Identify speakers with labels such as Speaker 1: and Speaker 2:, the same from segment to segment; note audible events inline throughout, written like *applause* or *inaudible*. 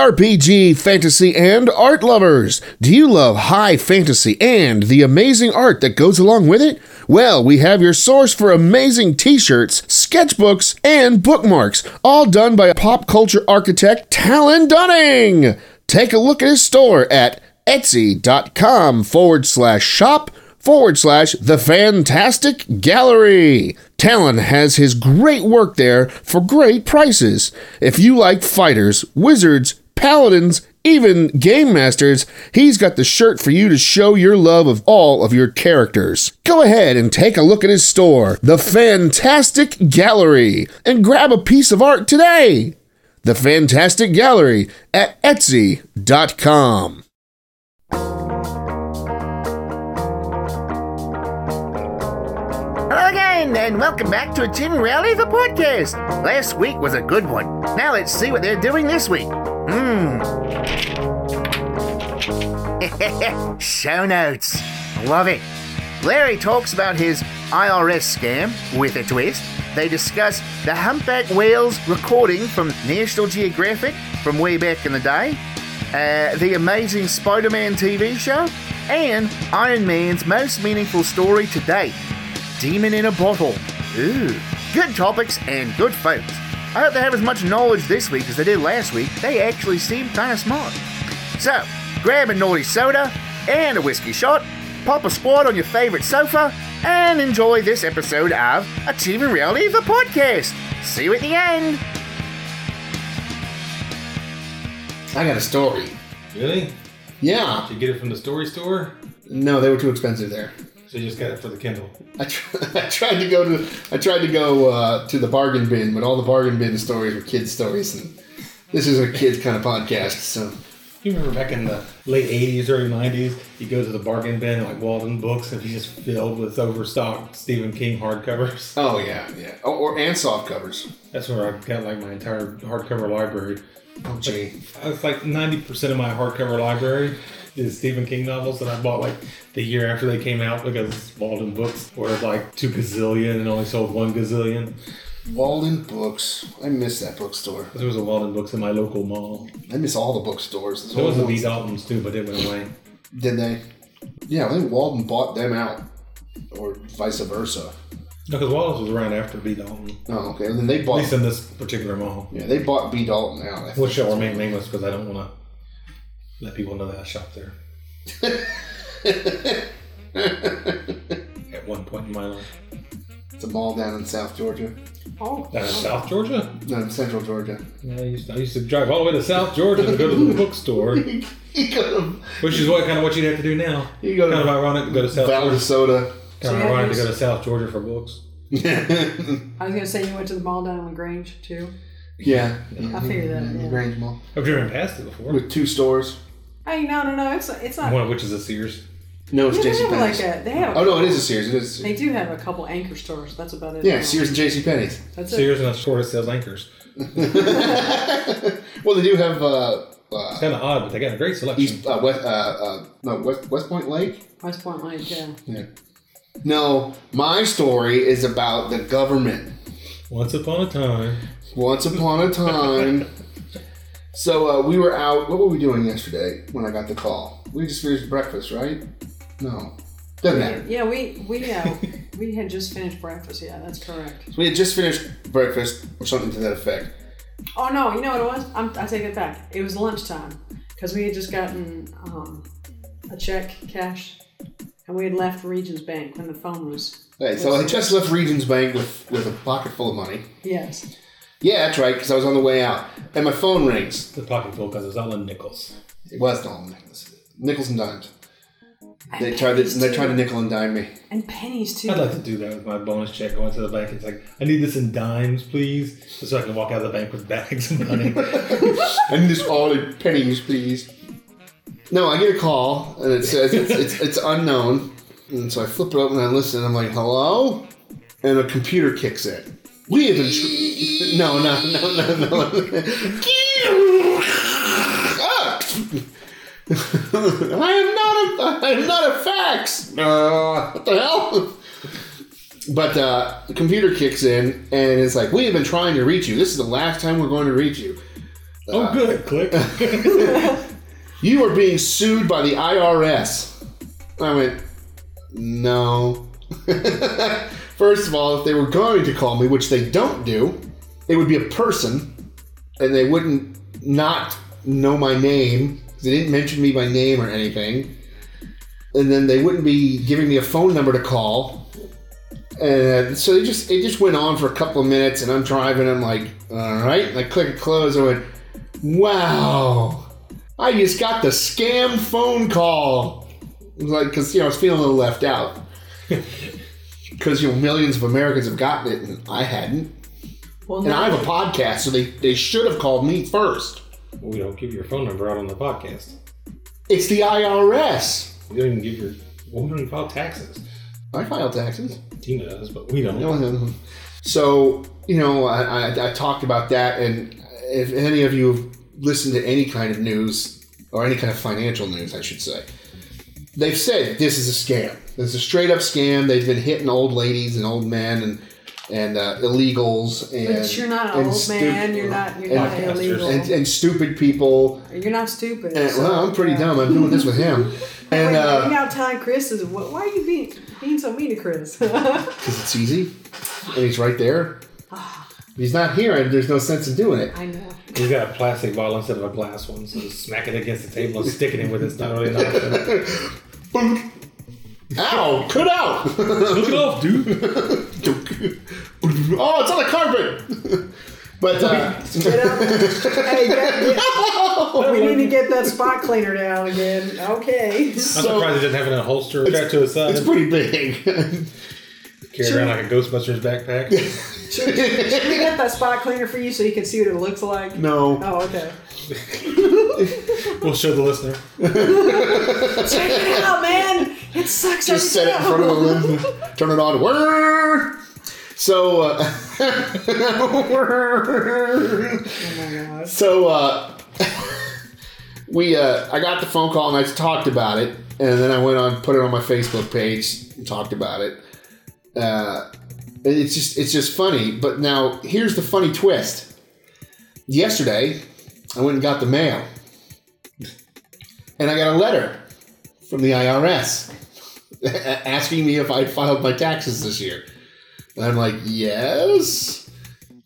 Speaker 1: JRPG, fantasy, and art lovers. Do you love high fantasy and the amazing art that goes along with it? Well, we have your source for amazing t shirts, sketchbooks, and bookmarks, all done by pop culture architect Talon Dunning. Take a look at his store at etsy.com forward slash shop forward slash the fantastic gallery. Talon has his great work there for great prices. If you like fighters, wizards, paladins, even game masters, he's got the shirt for you to show your love of all of your characters. Go ahead and take a look at his store, The Fantastic Gallery, and grab a piece of art today. The Fantastic Gallery at Etsy.com.
Speaker 2: Hello again, and welcome back to Jim Rally the podcast. Last week was a good one. Now let's see what they're doing this week. Hmm. Mmm. *laughs* Show notes. Love it. Larry talks about his IRS scam with a twist. They discuss the humpback whales recording from National Geographic from way back in the day, uh, the amazing Spider Man TV show, and Iron Man's most meaningful story to date Demon in a Bottle. Ooh, good topics and good folks. I hope they have as much knowledge this week as they did last week. They actually seem kind of smart. So, grab a naughty soda and a whiskey shot, pop a squat on your favorite sofa, and enjoy this episode of Achieving Reality, the podcast. See you at the end.
Speaker 1: I got a story.
Speaker 3: Really?
Speaker 1: Yeah.
Speaker 3: Did you get it from the story store?
Speaker 1: No, they were too expensive there.
Speaker 3: So you just got it for the Kindle.
Speaker 1: I, tr- *laughs* I tried to go to I tried to go uh, to the bargain bin, but all the bargain bin stories were kids stories, and this is a kids kind of podcast. So
Speaker 3: You remember back in the late 80s, early 90s, you go to the bargain bin like Walden Books and it's just filled with overstocked Stephen King hardcovers. *laughs*
Speaker 1: oh yeah, yeah, oh, or and soft covers.
Speaker 3: That's where I got like my entire hardcover library. Uh,
Speaker 1: Oh gee,
Speaker 3: It's like 90% of my hardcover library is Stephen King novels that I bought like the year after they came out because Walden Books were like two gazillion and only sold one gazillion.
Speaker 1: Walden Books. I miss that bookstore.
Speaker 3: There was a Walden Books in my local mall.
Speaker 1: I miss all the bookstores. This
Speaker 3: There
Speaker 1: whole
Speaker 3: was a
Speaker 1: world-
Speaker 3: B. Dalton's too, but it went away.
Speaker 1: Did they? Yeah, I think Walden bought them out, or vice versa.
Speaker 3: No, because Wallace was around after B. Dalton.
Speaker 1: Oh, okay. And then they
Speaker 3: At
Speaker 1: bought.
Speaker 3: least in this particular mall.
Speaker 1: Yeah, they bought B Dalton out. I think. *laughs*
Speaker 3: Which shall remain nameless because I don't want to let people know that I shop there. At one point in my life.
Speaker 1: It's a mall down in South Georgia,
Speaker 4: Oh,
Speaker 3: Down in South Georgia?
Speaker 1: no, in Central Georgia. *laughs*
Speaker 3: Yeah, I used, to, I used to drive all the way to South Georgia to go to *laughs* the bookstore,
Speaker 1: You go to
Speaker 3: which is what kind of what you'd have to do now.
Speaker 1: You go to-
Speaker 3: kind of ironic to go to South
Speaker 1: Val
Speaker 3: Georgia.
Speaker 4: *laughs*
Speaker 1: Soda.
Speaker 3: Kind of
Speaker 4: Yeah,
Speaker 3: ironic to
Speaker 4: there's-
Speaker 3: go to South Georgia for books.
Speaker 4: I was gonna say you went to the mall down in Lagrange too.
Speaker 1: Yeah.
Speaker 4: I figured that, yeah.
Speaker 1: Grange Mall.
Speaker 3: I've driven past it before.
Speaker 1: With two stores.
Speaker 4: Hey, no, no, no, it's it's not.
Speaker 3: One of which is a Sears.
Speaker 1: No,
Speaker 4: yeah,
Speaker 1: it's
Speaker 4: they
Speaker 1: JC
Speaker 4: have like
Speaker 1: Penney's.
Speaker 4: a, they have.
Speaker 1: Oh no, it is a Sears. It is.
Speaker 4: They do have a couple anchor stores. That's about it.
Speaker 1: Yeah,
Speaker 4: now.
Speaker 1: Sears and JC Penney's.
Speaker 4: That's it.
Speaker 3: Sears and a store that sells anchors.
Speaker 1: *laughs* Well, they do have uh, uh,
Speaker 3: It's kind of odd, but they got a great selection.
Speaker 1: East uh, West uh, uh, no West West Point Lake.
Speaker 4: West Point Lake. Yeah.
Speaker 1: Yeah. No, my story is about the government.
Speaker 3: Once upon a time,
Speaker 1: Once upon a
Speaker 4: *laughs*
Speaker 1: time. so uh, we were out. What were we doing yesterday when I got the call? We just finished breakfast, right? No, doesn't matter.
Speaker 4: Yeah, we we uh, we had just finished breakfast. Yeah, that's correct.
Speaker 1: We had just finished breakfast or something to that effect.
Speaker 4: Oh no, you know what it was? I'm, I take it back. It was lunchtime because we had just gotten um, a check cash, and we had left Regions Bank when the phone was.
Speaker 1: Right, so I just left Regions Bank with, with a pocket full of money.
Speaker 4: Yes.
Speaker 1: Yeah, that's right, because I was on the way out. And my phone rings.
Speaker 3: the pocket full because it's all in nickels.
Speaker 1: It was Donald Nichols. Nickels and dimes.
Speaker 4: And
Speaker 1: They tried to,
Speaker 4: pennies,
Speaker 1: they tried to
Speaker 4: too.
Speaker 1: nickel and dime me.
Speaker 4: And pennies too.
Speaker 3: I'd like to do that with my bonus check. I went to the bank. It's like, I need this in dimes, please, just so I can walk out of the bank with bags of *laughs* money.
Speaker 1: *laughs* I need this all in pennies, please. No, I get a call, and it says it's, it's, it's unknown. And so I flip it open and I listen, and I'm like, hello? And a computer kicks in. We have been. Tr- no, no, no, no, no. *laughs* Ah! I am not a I am not a fax. Uh, what the hell? But uh, the computer kicks in and it's like, we have been trying to reach you. This is the last time we're going to reach you.
Speaker 3: Oh, good. Click.
Speaker 1: *laughs* You are being sued by the IRS. I went, no. *laughs* First of all, if they were going to call me, which they don't do, it would be a person, and they wouldn't not know my name. 'cause They didn't mention me by name or anything, and then they wouldn't be giving me a phone number to call. And so they just it just went on for a couple of minutes, and I'm driving. I'm like, all right, and I click and close. I went, wow. I just got the scam phone call. It was Like, because, you know, I was feeling a little left out. *laughs* Because, you know, millions of Americans have gotten it and I hadn't.
Speaker 4: Well,
Speaker 1: And
Speaker 4: now,
Speaker 1: I have a podcast, so they, they should have called me first.
Speaker 3: we don't give your phone number out on the podcast.
Speaker 1: It's the IRS.
Speaker 3: We don't even give your. Well, we don't even file taxes.
Speaker 1: I file taxes.
Speaker 3: Tina does, but we don't.
Speaker 1: So, you know, I, I, I talked about that, and if any of you have listened to any kind of news, or any kind of financial news, I should say, they've said this is a scam. This is a straight up scam. They've been hitting old ladies and old men and and uh, illegals and
Speaker 4: but you're not an
Speaker 1: and
Speaker 4: old
Speaker 1: stu-
Speaker 4: man. You're not. You're
Speaker 1: and-
Speaker 4: not
Speaker 3: podcasters.
Speaker 4: illegal.
Speaker 1: and, and stupid people.
Speaker 4: you're not stupid.
Speaker 1: And,
Speaker 4: so-
Speaker 1: well, I'm pretty
Speaker 4: yeah.
Speaker 1: dumb. I'm doing this with him. And
Speaker 4: Wait,
Speaker 1: uh,
Speaker 4: you *laughs* know, Ty Chris is. wh- Why are you being being so mean to Chris? *laughs*
Speaker 1: 'cause it's easy, and he's right there.
Speaker 4: Ah.
Speaker 1: If he's not here, and there's no sense in doing it.
Speaker 4: I know.
Speaker 3: He's got a plastic bottle instead of a glass one, so just smack it against the table and sticking it with it's not really not. *laughs* Hook
Speaker 1: Boonk. Ow! Cut out!
Speaker 3: it off, dude.
Speaker 1: oh, it's on the carpet! but, uh,
Speaker 4: Get up. hey, get,
Speaker 1: *laughs*
Speaker 4: get- we need to get that spot cleaner down again.
Speaker 1: *laughs*
Speaker 4: Okay.
Speaker 3: I'm
Speaker 1: So-
Speaker 3: surprised it doesn't have it in a holster strapped to his side.
Speaker 1: it's pretty big.
Speaker 3: Carried around like a Ghostbusters backpack.
Speaker 4: Should we get that spot cleaner for you so you can see what it looks like?
Speaker 1: no.
Speaker 4: Oh,
Speaker 1: *laughs*
Speaker 4: okay.
Speaker 3: *laughs* we'll show the listener.
Speaker 4: Check it out, man. It sucks.
Speaker 1: Just set it in front of the lid. Turn it on. Whirr. So, uh, *laughs* whirr.
Speaker 4: Oh
Speaker 1: *laughs* so, uh, we, uh, I got the phone call and I talked about it. And then I went on, put it on my Facebook page, and talked about it. uh, it's just it's just funny. But now here's the funny twist. Yesterday, I went and got the mail, and I got a letter from the IRS *laughs* asking me if I filed my taxes this year. And I'm like, yes,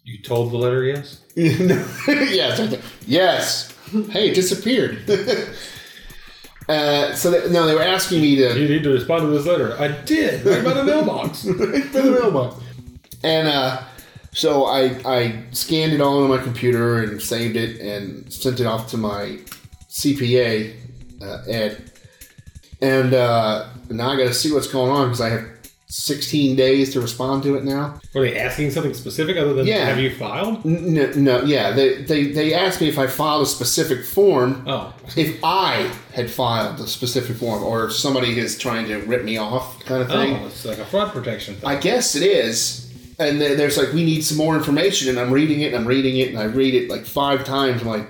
Speaker 3: You told the letter yes?
Speaker 1: *laughs* yes, yes. Hey, it disappeared. *laughs* uh, so that, no, they were asking me to
Speaker 3: You need to respond to this letter. I did, right by the mailbox.
Speaker 1: for the mailbox. And uh, so I I scanned it all on my computer and saved it and sent it off to my CPA uh, Ed. And uh, now I got to see what's going on because I have 16 days to respond to it now.
Speaker 3: Were they asking something specific other than
Speaker 1: Yeah.
Speaker 3: have you filed?
Speaker 1: N- No, no yeah, they, they they asked me if I filed a specific form.
Speaker 3: Oh.
Speaker 1: If I had filed a specific form, or if somebody is trying to rip me off, kind of thing.
Speaker 3: Oh, it's like a fraud protection thing.
Speaker 1: I guess it is. And then there's like, we need some more information. And I'm reading it and I'm reading it and I read it like five times. I'm like,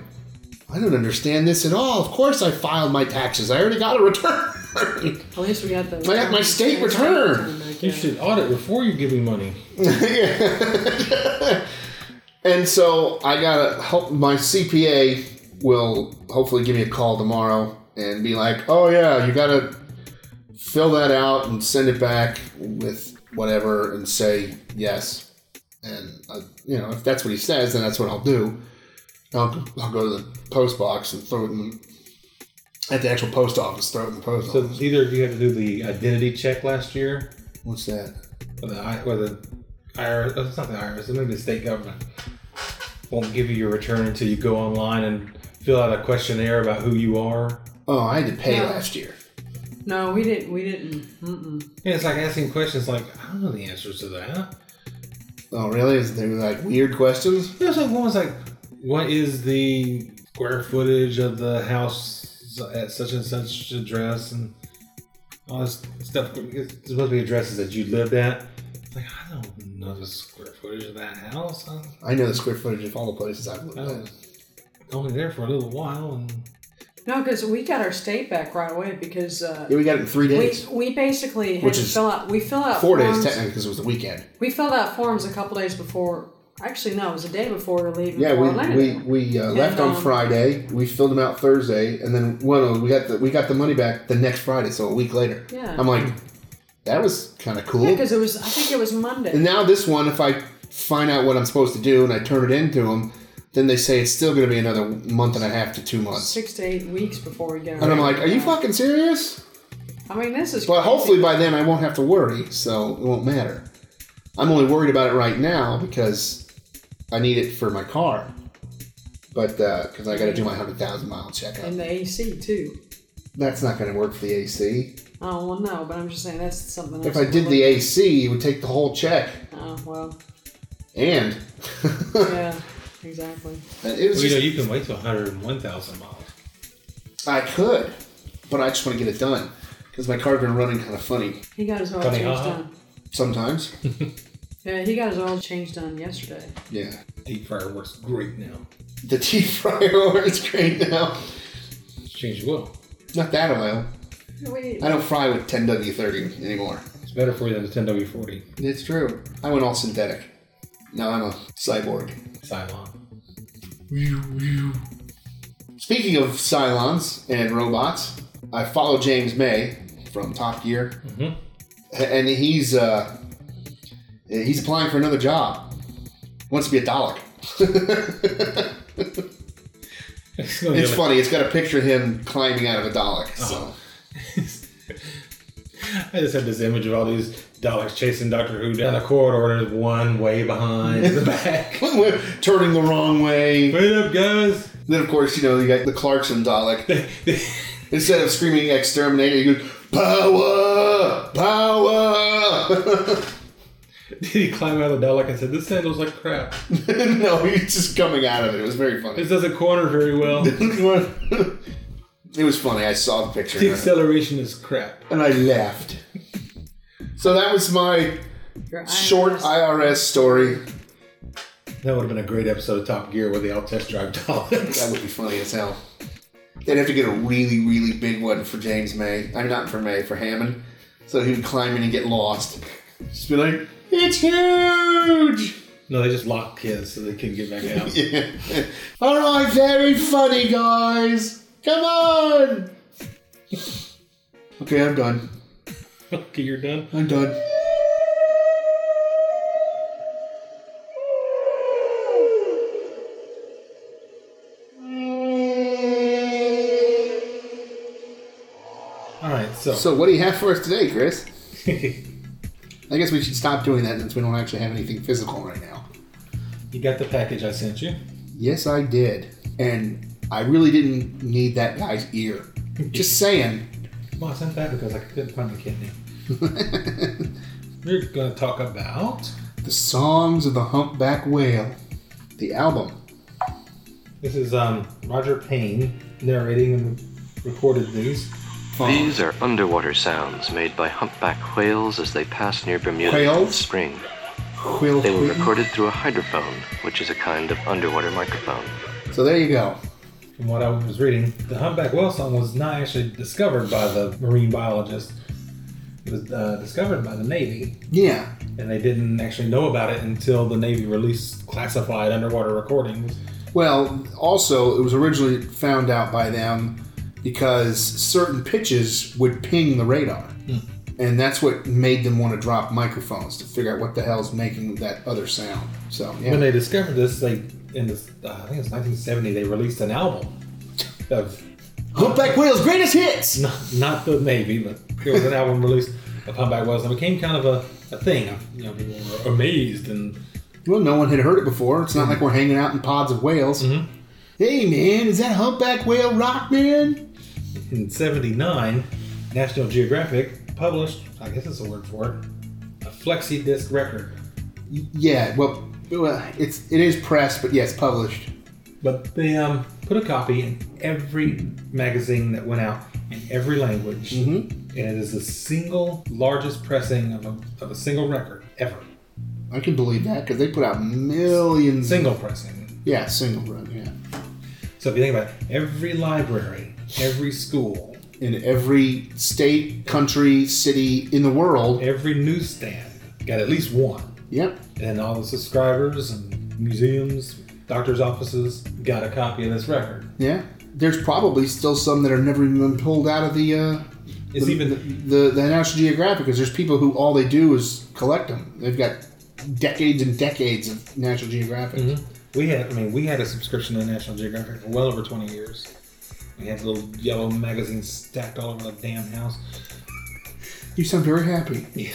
Speaker 1: I don't understand this at all. Of course I filed my taxes. I already got a return. *laughs*
Speaker 4: At least we got the.
Speaker 1: I got my state return.
Speaker 3: you should audit before you give me money.
Speaker 1: *laughs* and so I got to help. My CPA will hopefully give me a call tomorrow and be like, oh yeah, you got to fill that out and send it back with whatever and say yes. and uh, you know if that's what he says, then that's what I'll do. I'll, I'll go to the post box and throw it in at the actual post office. Throw it in the post
Speaker 3: So
Speaker 1: office.
Speaker 3: either of you had to do the identity check last year,
Speaker 1: What's that?
Speaker 3: or the, I- or the IRS, oh, it's not the IRS, it may be the state government, won't give you your return until you go online and fill out a questionnaire about who you are.
Speaker 1: Oh, I had to pay
Speaker 4: Yeah.
Speaker 1: last year.
Speaker 4: No, we didn't. We didn't. Mm-mm.
Speaker 3: And it's like asking questions like, I don't know the answers to that.
Speaker 1: Oh, really? Is there like weird questions?
Speaker 3: There's like one was like, what is the square footage of the house at such and such address and all this stuff? It's supposed to be addresses that you lived at. It's Like I don't know the square footage of that house. I
Speaker 1: I know the square footage of all the places I've lived.
Speaker 3: I
Speaker 1: at.
Speaker 3: was only there for a little while, and
Speaker 4: No, because we got our state back right away because uh,
Speaker 1: Yeah, we got it in three
Speaker 4: we
Speaker 1: days.
Speaker 4: we basically had
Speaker 1: Which
Speaker 4: to
Speaker 1: is
Speaker 4: fill out. We fill out
Speaker 1: Four days
Speaker 4: forms,
Speaker 1: technically because it was the weekend.
Speaker 4: We filled out forms a couple days before Actually, no, it was the day before we were leaving.
Speaker 1: Yeah,
Speaker 4: for
Speaker 1: we
Speaker 4: Orlando.
Speaker 1: we, we uh, left on
Speaker 4: um,
Speaker 1: Friday. We filled them out Thursday, and then well, no, we got the we got the money back the next Friday, so a week later.
Speaker 4: Yeah.
Speaker 1: I'm like, that was kind of cool.
Speaker 4: Yeah, because it was. I think it was Monday.
Speaker 1: and now this one, if I find out what I'm supposed to do and I turn it into them, then they say it's still going to be another month and a half to two months.
Speaker 4: six to eight weeks before we get.
Speaker 1: And I'm
Speaker 4: around.
Speaker 1: like, are you fucking serious?
Speaker 4: I mean, this is.
Speaker 1: Well,
Speaker 4: crazy.
Speaker 1: hopefully by then I won't have to worry, so it won't matter. I'm only worried about it right now because I need it for my car. But because I got to do my hundred thousand mile checkup.
Speaker 4: And the AC too.
Speaker 1: That's not going to work for the AC.
Speaker 4: Oh well, no, but I'm just saying that's something.
Speaker 1: If I
Speaker 4: else
Speaker 1: did
Speaker 4: we're
Speaker 1: the
Speaker 4: looking-
Speaker 1: AC, it would take the whole check.
Speaker 4: Oh well,
Speaker 1: And *laughs*
Speaker 4: yeah, exactly.
Speaker 1: it was
Speaker 3: Well, you know,
Speaker 1: just,
Speaker 3: you can wait till 101,000 miles.
Speaker 1: I could, but I just want to get it done because my car's been running kind of funny
Speaker 4: He got his oil
Speaker 3: Funny,
Speaker 4: change
Speaker 3: huh?
Speaker 4: done.
Speaker 3: *laughs*
Speaker 1: sometimes.
Speaker 4: Yeah, he got his oil change done yesterday.
Speaker 1: yeah,
Speaker 3: Deep fryer works great now.
Speaker 1: the deep *laughs* fryer is great now.
Speaker 3: It's changed well.
Speaker 1: Not that oil.
Speaker 4: Wait,
Speaker 1: I don't fry with 10W30 anymore.
Speaker 3: It's better for you than the 10W40
Speaker 1: It's true. I went all synthetic. Now I'm a cyborg.
Speaker 3: Cylon. *laughs*
Speaker 1: Speaking of Cylons and robots, I follow James May from Top Gear,
Speaker 3: Mhm.
Speaker 1: and he's uh, he's applying for another job. Wants to be a Dalek. *laughs*
Speaker 3: It's, gonna be
Speaker 1: it's
Speaker 3: like-
Speaker 1: funny. It's got a picture of him climbing out of a Dalek. So
Speaker 3: Oh. I just had this image of all these Daleks chasing Doctor Who down the corridor, and there's one way behind in the back.
Speaker 1: *laughs* turning the wrong way.
Speaker 3: *laughs* Wait up, guys!
Speaker 1: Then of course you know you got the Clarkson Dalek. Instead of screaming exterminator, he goes power, power. *laughs*
Speaker 3: Did he climb out of the Dalek and said, "This sandal's like crap.
Speaker 1: no, he's just coming out of it. It was very funny. *laughs*
Speaker 3: This doesn't corner very well. The
Speaker 1: it was funny. I saw the picture of it,
Speaker 3: acceleration is crap."
Speaker 1: and I laughed. So that was my
Speaker 4: your iron
Speaker 1: short
Speaker 4: is-
Speaker 1: IRS story.
Speaker 3: That would have been a great episode of Top Gear where they all test drive *laughs* Daleks.
Speaker 1: That would be funny as hell. They'd have to get a really, really big one for James May. I'm not for May, for Hammond. So he would climb in and get lost. Just be like, it's huge! *laughs*
Speaker 3: No, they just locked kids so they couldn't get back out.
Speaker 1: Yeah. All right, very funny, guys. Come on! Okay, I'm done.
Speaker 3: *laughs* okay, you're done.
Speaker 1: I'm done.
Speaker 3: All right, so,
Speaker 1: So, what do you have for us today, Chris?
Speaker 3: *laughs* you
Speaker 1: I guess we should stop doing that since we don't actually have anything physical right now.
Speaker 3: got the package I sent you.
Speaker 1: Yes, I did. And I really didn't need that guy's ear. Just saying.
Speaker 3: Well, I sent that because I couldn't find the kidney.
Speaker 1: *laughs* the
Speaker 3: We're gonna talk about
Speaker 1: Songs of the Humpback Whale, the album.
Speaker 3: this is um, Roger Payne narrating and recorded these.
Speaker 1: Fun.
Speaker 5: These are underwater sounds made by humpback whales as they pass near Bermuda in the
Speaker 1: Whales?
Speaker 5: spring.
Speaker 1: Quill
Speaker 5: They were
Speaker 1: Queen.
Speaker 5: recorded through a hydrophone, which is a kind of underwater microphone.
Speaker 1: So there you go.
Speaker 3: From what I was reading, the humpback whale song was not actually discovered by the marine biologist. It was uh, discovered by the Navy,
Speaker 1: Yeah.
Speaker 3: and they didn't actually know about it until the Navy released classified underwater recordings.
Speaker 1: Well, also, it was originally found out by them because certain pitches would ping the radar. And that's what made them want to drop microphones to figure out what the hell's making that other sound. So, yeah.
Speaker 3: When they discovered this, they in this, uh, I think it's 1970, they released an album of
Speaker 1: Humpback Whale's greatest hits!
Speaker 3: not, not the Navy, but it was an album released of Humpback Whales, and it became kind of a, a thing. You know, people were amazed, and
Speaker 1: Well, no one had heard it before. It's not like we're hanging out in pods of whales. Hey, man, is that humpback whale rock, man?
Speaker 3: in '79, National Geographic published, I guess it's a word for it, a flexi disc record.
Speaker 1: Y- Yeah, well, well, it's it is pressed, but yes, published.
Speaker 3: But they um, put a copy in every magazine that went out in every language, and it is the single largest pressing of a, of a single record ever.
Speaker 1: I can believe that because they put out millions.
Speaker 3: Single pressing.
Speaker 1: Yeah, single run. Yeah,
Speaker 3: So if you think about it, every library, every school,
Speaker 1: in every state, country, city in the world.
Speaker 3: every newsstand got at least one.
Speaker 1: Yep.
Speaker 3: And all the subscribers and museums, doctors' offices got a copy of this record.
Speaker 1: Yeah. There's probably still some that have never even been pulled out of the uh,
Speaker 3: It's
Speaker 1: the,
Speaker 3: even
Speaker 1: the, the the National Geographic because there's people who all they do is collect them. They've got decades and decades of National Geographic.
Speaker 3: Mm-hmm. we had. I mean, we had a subscription to National Geographic for well over twenty years. We had little yellow magazines stacked all over the damn house.
Speaker 1: You sound very happy.
Speaker 3: Yeah.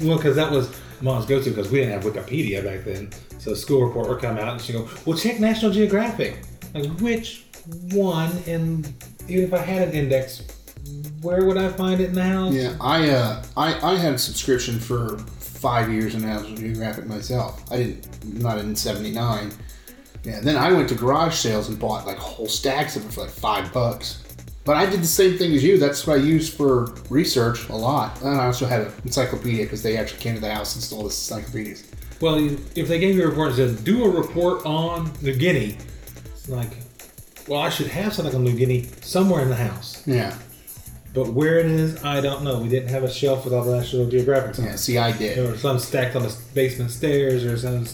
Speaker 3: Well, because that was mom's go-to because we didn't have Wikipedia back then. So the school report would come out and she'd go, "Well, check National Geographic." Like which one? And even if I had an index, where would I find it in the house?
Speaker 1: Yeah, I uh, I I had a subscription for five years in National Geographic myself. I didn't not in '79. Yeah, then I went to garage sales and bought like whole stacks of it for like five bucks. But I did the same thing as you. That's what I used for research a lot. And I also had an encyclopedia because they actually came to the house and stole the encyclopedias.
Speaker 3: Well, you- if they gave you a report and said, do a report on New Guinea, it's like, well, I should have something on New Guinea somewhere in the house.
Speaker 1: Yeah,
Speaker 3: But where it is, I don't know. We didn't have a shelf with all the National Geographic on
Speaker 1: yeah.
Speaker 3: it.
Speaker 1: See, I did.
Speaker 3: There were some stacked on the basement stairs or some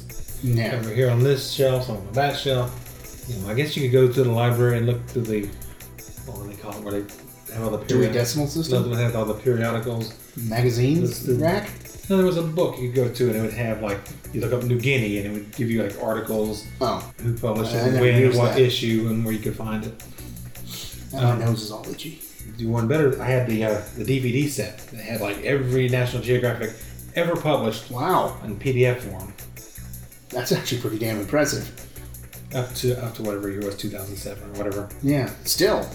Speaker 1: Yeah,
Speaker 3: over here on this shelf, some on that shelf. You know, I guess you could go to the library and look through the, what do they call it, where they have all the
Speaker 1: Dewey
Speaker 3: periodicals.
Speaker 1: Decimal System
Speaker 3: they have all the periodicals.
Speaker 1: magazines
Speaker 3: Listed.
Speaker 1: rack.
Speaker 3: No, there was a book you could go to and it would have like, you look up New Guinea and it would give you like articles
Speaker 1: Oh,
Speaker 3: who published
Speaker 1: I
Speaker 3: it,
Speaker 1: never
Speaker 3: when,
Speaker 1: used
Speaker 3: what
Speaker 1: that.
Speaker 3: issue, and where you could find it.
Speaker 1: and my nose is all itchy.
Speaker 3: Do one better. I had the uh, the DVD set that had like every National Geographic ever published
Speaker 1: Wow,
Speaker 3: in PDF form
Speaker 1: that's actually pretty damn impressive.
Speaker 3: up to up to whatever year it was 2007 or whatever.
Speaker 1: Yeah, still.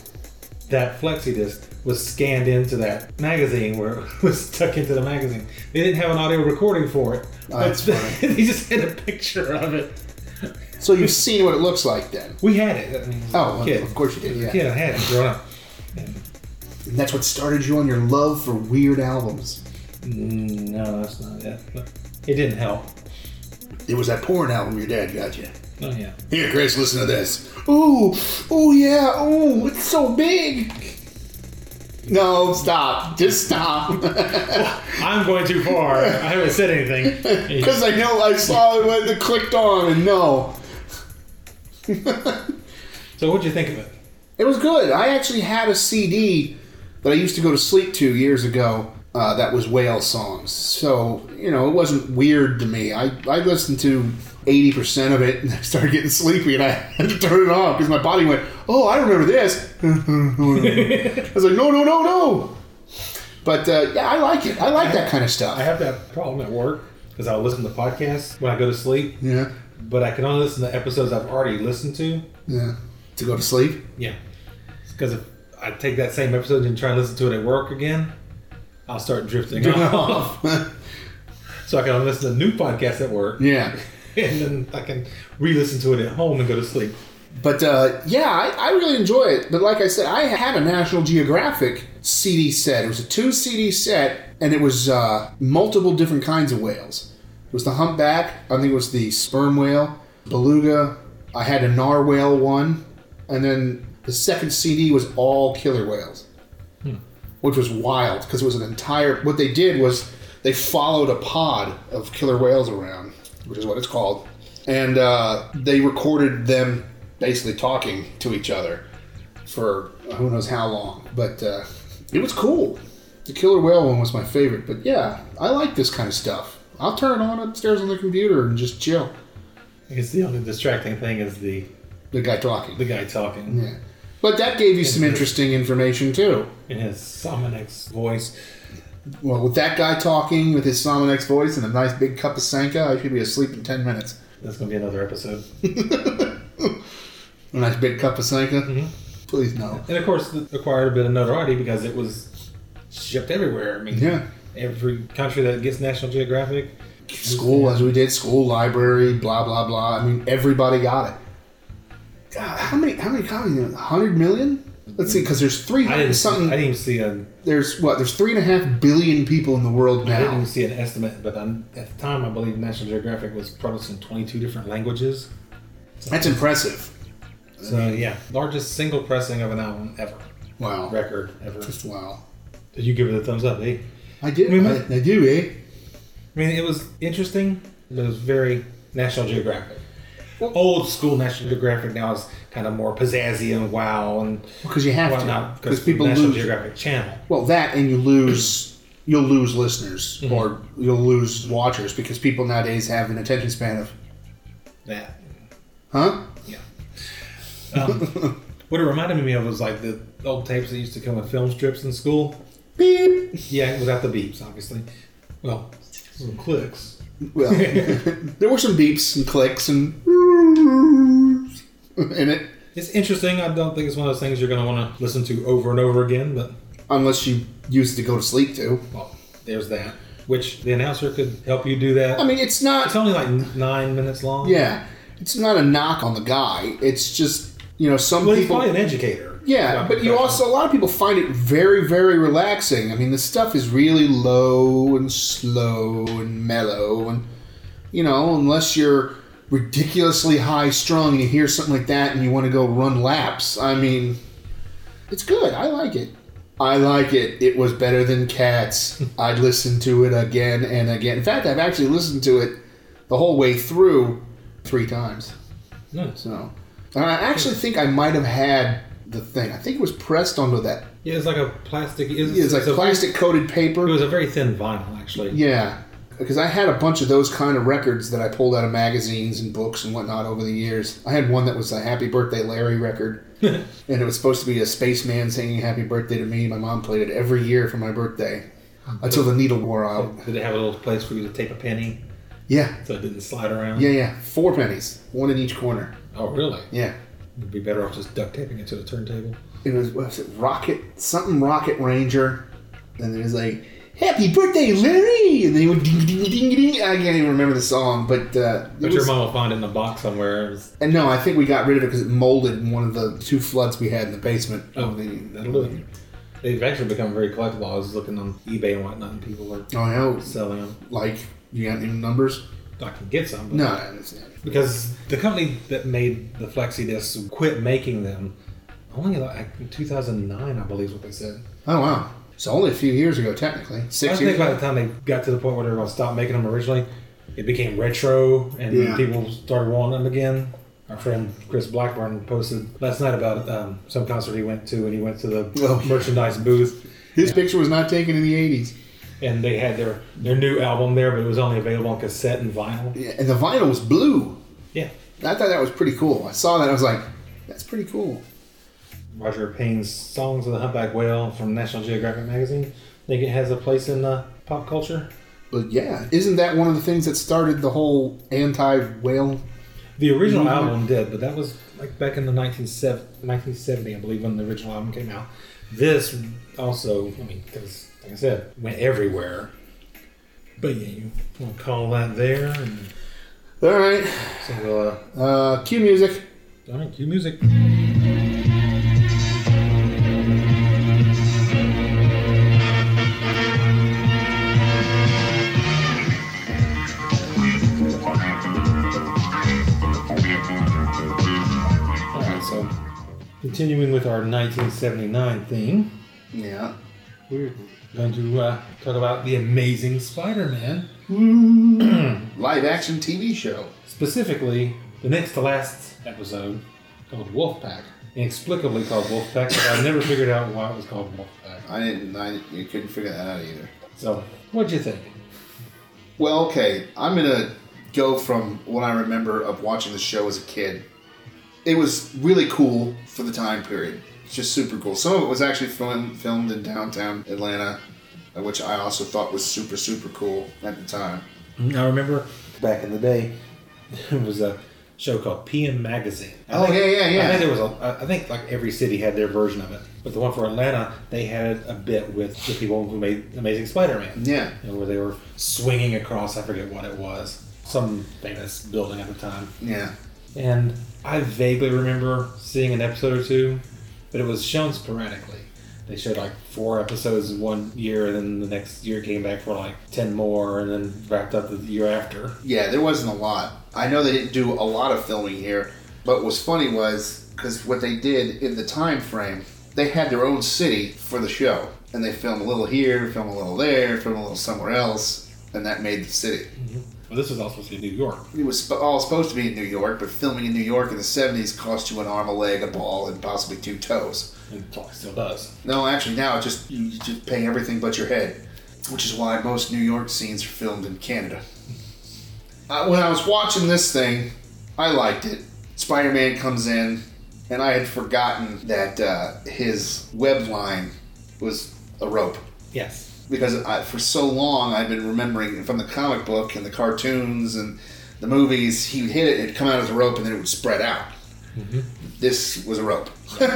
Speaker 3: That flexi disc was scanned into that magazine where *laughs* it was stuck into the magazine. They didn't have an audio recording for it,
Speaker 1: Oh,
Speaker 3: but
Speaker 1: that's funny.
Speaker 3: *laughs* they just had a picture of it.
Speaker 1: So you've seen what it looks like then.
Speaker 3: We had it. I mean,
Speaker 1: Oh,
Speaker 3: kid.
Speaker 1: of course you did. Yeah.
Speaker 3: Yeah, I had it growing up.
Speaker 1: And that's what started you on your love for weird albums.
Speaker 3: Mm, No, that's not it. But It didn't help.
Speaker 1: It was that porn album your dad got you.
Speaker 3: Oh yeah.
Speaker 1: Here, Chris, listen to this. Ooh, ooh, yeah, ooh, it's so big. No, stop. Just stop. *laughs*
Speaker 3: I'm going too far. I haven't said anything.
Speaker 1: Because I know I saw it when it clicked on, and no.
Speaker 3: So what'd you think of it?
Speaker 1: It was good. I actually had a CD that I used to go to sleep to years ago. Uh, that was whale songs. So you know, it wasn't weird to me. I I listened to eighty percent of it, and *laughs* I started getting sleepy, and I *laughs* had to turn it off because my body went, "Oh, I remember this." *laughs* I was like, "No, no, no, no." But uh, yeah, I like it. I like that kind of
Speaker 3: I
Speaker 1: stuff.
Speaker 3: have that problem at work because I'll listen to podcasts when I go to sleep,
Speaker 1: Yeah,
Speaker 3: but I can only listen to episodes I've already listened to.
Speaker 1: yeah. To go to sleep.
Speaker 3: Yeah, because if I take that same episode and try and listen to it at work again, I'll
Speaker 1: *laughs*
Speaker 3: start drifting *laughs* off. So I can only listen to new podcasts at work,
Speaker 1: yeah.
Speaker 3: and then I can re-listen to it at home and go to sleep.
Speaker 1: But uh, yeah, I, I really enjoy it. But like I said, I had a National Geographic CD set. It was a two CD set, and it was uh, multiple different kinds of whales. It was the humpback. I think it was the sperm whale, beluga. I had a narwhal one, and then the second CD was all killer whales, which was wild because it was an entire. What they did was they followed a pod of killer whales around, which is what it's called, and uh, they recorded them basically talking to each other for who knows how long. But uh, it was cool. The killer whale one was my favorite. But yeah, I like this kind of stuff. I'll turn it on upstairs on the computer and just chill.
Speaker 3: I guess the only distracting thing is the
Speaker 1: The guy talking.
Speaker 3: the guy talking
Speaker 1: Yeah. But that gave you some interesting information too.
Speaker 3: in his Summonex voice.
Speaker 1: Well, with that guy talking with his Somonex voice and a nice big cup of Sanka, I should be asleep in 10 minutes.
Speaker 3: That's gonna be another episode.
Speaker 1: A nice big cup of Sanka?
Speaker 3: Mm-hmm.
Speaker 1: Please, no.
Speaker 3: And of course, it acquired a bit of notoriety because it was shipped everywhere. I mean,
Speaker 1: Yeah.
Speaker 3: every country that gets National Geographic.
Speaker 1: School, as we did, school, library, blah, blah, blah. I mean, everybody got it. God, how many, how many copies? 100 million? Let's see, because there's
Speaker 3: I
Speaker 1: 300
Speaker 3: didn't something. I
Speaker 1: something.
Speaker 3: didn't even see a.
Speaker 1: There's what? There's three and a half billion people in the world
Speaker 3: I didn't even
Speaker 1: now.
Speaker 3: see an estimate, but um at the time, I believe National Geographic was published in 22 different languages.
Speaker 1: That's impressive.
Speaker 3: So yeah, largest single pressing of an album ever,
Speaker 1: Wow.
Speaker 3: record ever.
Speaker 1: Just wow.
Speaker 3: Did you give it a thumbs up? Eh?
Speaker 1: I did.
Speaker 3: Mhm.
Speaker 1: I, I do, eh?
Speaker 3: I mean, it was interesting, but it was very National Geographic. old school National Geographic now is kind of more pizzazzy and wow and
Speaker 1: Because you have
Speaker 3: whatnot
Speaker 1: to. Because
Speaker 3: because
Speaker 1: people
Speaker 3: National
Speaker 1: lose.
Speaker 3: Geographic Channel.
Speaker 1: Well, that and you
Speaker 3: *clears throat*
Speaker 1: lose. You'll lose listeners
Speaker 3: Mm-hmm.
Speaker 1: or you'll lose watchers because people nowadays have an attention span of,
Speaker 3: That
Speaker 1: huh?
Speaker 3: Yeah. Um, what it reminded me of was like the old tapes that used to come with film strips in school.
Speaker 1: Beep.
Speaker 3: Yeah, without the beeps, obviously. Well, some clicks.
Speaker 1: Well, *laughs* there were some beeps and clicks and *laughs* in it,
Speaker 3: It's interesting. I don't think it's one of those things you're going to want to listen to over and over again, but
Speaker 1: unless you use it to go to sleep too.
Speaker 3: well, there's that. Which the announcer could help you do that.
Speaker 1: I mean, it's not.
Speaker 3: it's only like nine minutes long.
Speaker 1: Um, Yeah, it's not a knock on the guy. It's just you know some
Speaker 3: Well, he's
Speaker 1: people.
Speaker 3: probably an educator.
Speaker 1: Yeah,
Speaker 3: Not
Speaker 1: but you
Speaker 3: professional.
Speaker 1: also a lot of people find it very, very relaxing. I mean, the stuff is really low and slow and mellow, and you know, unless you're ridiculously high strung and you hear something like that and you want to go run laps. I mean, it's good. I like it. I like it. It was better than
Speaker 3: *laughs*
Speaker 1: Cats. I'd listen to it again and again. In fact, I've actually listened to it the whole way through three times.
Speaker 3: Nice.
Speaker 1: So, and I actually think I might have had the thing. I think it was pressed onto that.
Speaker 3: Yeah, it's like a plastic. It's,
Speaker 1: It's like
Speaker 3: it's a-
Speaker 1: plastic coated
Speaker 3: It
Speaker 1: paper.
Speaker 3: was a very thin vinyl, actually.
Speaker 1: Yeah, because I had a bunch of those kind of records that I pulled out of magazines and books and whatnot over the years. I had one that was a Happy Birthday Larry
Speaker 3: *laughs*
Speaker 1: record, and it was supposed to be a spaceman singing Happy Birthday to me. My mom played it every year for my birthday
Speaker 3: Oh,
Speaker 1: until the needle wore out.
Speaker 3: Did it have a little place for you to tape a penny
Speaker 1: Yeah,
Speaker 3: so it didn't slide around?
Speaker 1: yeah, yeah. Four pennies, one in each corner.
Speaker 3: Oh, really?
Speaker 1: Yeah.
Speaker 3: You'd be better off just duct taping it to the turntable.
Speaker 1: it was what was it Rocket something Rocket Ranger, and it was like Happy Birthday Larry, and then he went ding ding ding ding. I can't even remember the song, but uh, it
Speaker 3: But your
Speaker 1: was-
Speaker 3: mom will find it in a box somewhere. It was-
Speaker 1: and no, I think we got rid of it because it molded in one of the two floods we had in the basement.
Speaker 3: Oh,
Speaker 1: of
Speaker 3: that'll do it. They've actually become very collectible. I was looking on eBay and whatnot, and people are
Speaker 1: Oh no,
Speaker 3: selling them.
Speaker 1: like you got any numbers?
Speaker 3: I can get some. But
Speaker 1: No, I understand.
Speaker 3: Because the company that made the flexi discs quit making them only like in 2009, I believe, is what they said.
Speaker 1: Oh wow, so only a few years ago, technically
Speaker 3: I
Speaker 1: six
Speaker 3: think
Speaker 1: years.
Speaker 3: by the time they got to the point where everyone stopped making them originally, it became retro and
Speaker 1: Yeah.
Speaker 3: people started wanting them again. Our friend Chris Blackburn posted last night about um, some concert he went to, and he went to the
Speaker 1: Oh.
Speaker 3: merchandise booth,
Speaker 1: His picture was not taken in the '80s,
Speaker 3: and they had their, their new album there, but it was only available on cassette and vinyl.
Speaker 1: Yeah, and the vinyl was blue.
Speaker 3: Yeah.
Speaker 1: I thought that was pretty cool. I saw that, I was like, that's pretty cool.
Speaker 3: Roger Payne's Songs of the Humpback Whale from National Geographic magazine. Think it has a place in uh, pop culture?
Speaker 1: But yeah, isn't that one of the things that started the whole anti whale?
Speaker 3: The original
Speaker 1: Mhm.
Speaker 3: album did, but that was like back in the 1970, 1970, I believe, when the original album came out. This also, I mean, because like I said, went everywhere. But yeah, you want to call that there, and
Speaker 1: All right,
Speaker 3: so we'll. Uh,
Speaker 1: uh, cue music.
Speaker 3: all right, cue music. All right, so continuing with our 1979 theme,
Speaker 1: Yeah.
Speaker 3: we're going to uh, talk about the Amazing Spider-Man,
Speaker 1: Live action TV show.
Speaker 3: specifically the next to last episode called Wolfpack, inexplicably called Wolfpack, but I never figured out why it was called Wolfpack.
Speaker 1: I didn't. I you couldn't figure that out either.
Speaker 3: So, what'd you think?
Speaker 1: Well, okay. I'm gonna go from what I remember of watching the show as a kid. It was really cool for the time period. It's just super cool. Some of it was actually film, filmed in downtown Atlanta, uh, which I also thought was super super cool at the time.
Speaker 3: I remember back in the day, *laughs* there was a show called PM Magazine. I
Speaker 1: Oh, yeah, yeah, yeah.
Speaker 3: I think there was a. I- I think like every city had their version of it, but the one for Atlanta, they had a bit with the people who made Amazing Spider-Man.
Speaker 1: Yeah.
Speaker 3: you know, where they were swinging across. I forget what it was. Some famous building at the time.
Speaker 1: Yeah.
Speaker 3: And I vaguely remember seeing an episode or two, but it was shown sporadically. They showed like four episodes in one year, and then the next year came back for like 10 more, and then wrapped up the year after.
Speaker 1: Yeah, there wasn't a lot. I know they didn't do a lot of filming here, but what was funny was because what they did in the time frame, they had their own city for the show, and they film a little here, film a little there, film a little somewhere else, and that made the city.
Speaker 3: I This was all supposed to be New York.
Speaker 1: It was sp- all supposed to be in New York, but filming in New York in the 70s cost you an arm, a leg, a ball, and possibly two toes.
Speaker 3: And it probably still does.
Speaker 1: No, actually, now it just you you just pay everything but your head, which is why most New York scenes are filmed in Canada. Uh, when I was watching this thing, I liked it. Spider Man comes in, and I had forgotten that uh, his web line was a rope
Speaker 3: Yes.
Speaker 1: because I, for so long I've been remembering from the comic book and the cartoons and the movies, he would hit it, it'd come out as a rope, and then it would spread out. This was a rope. *laughs*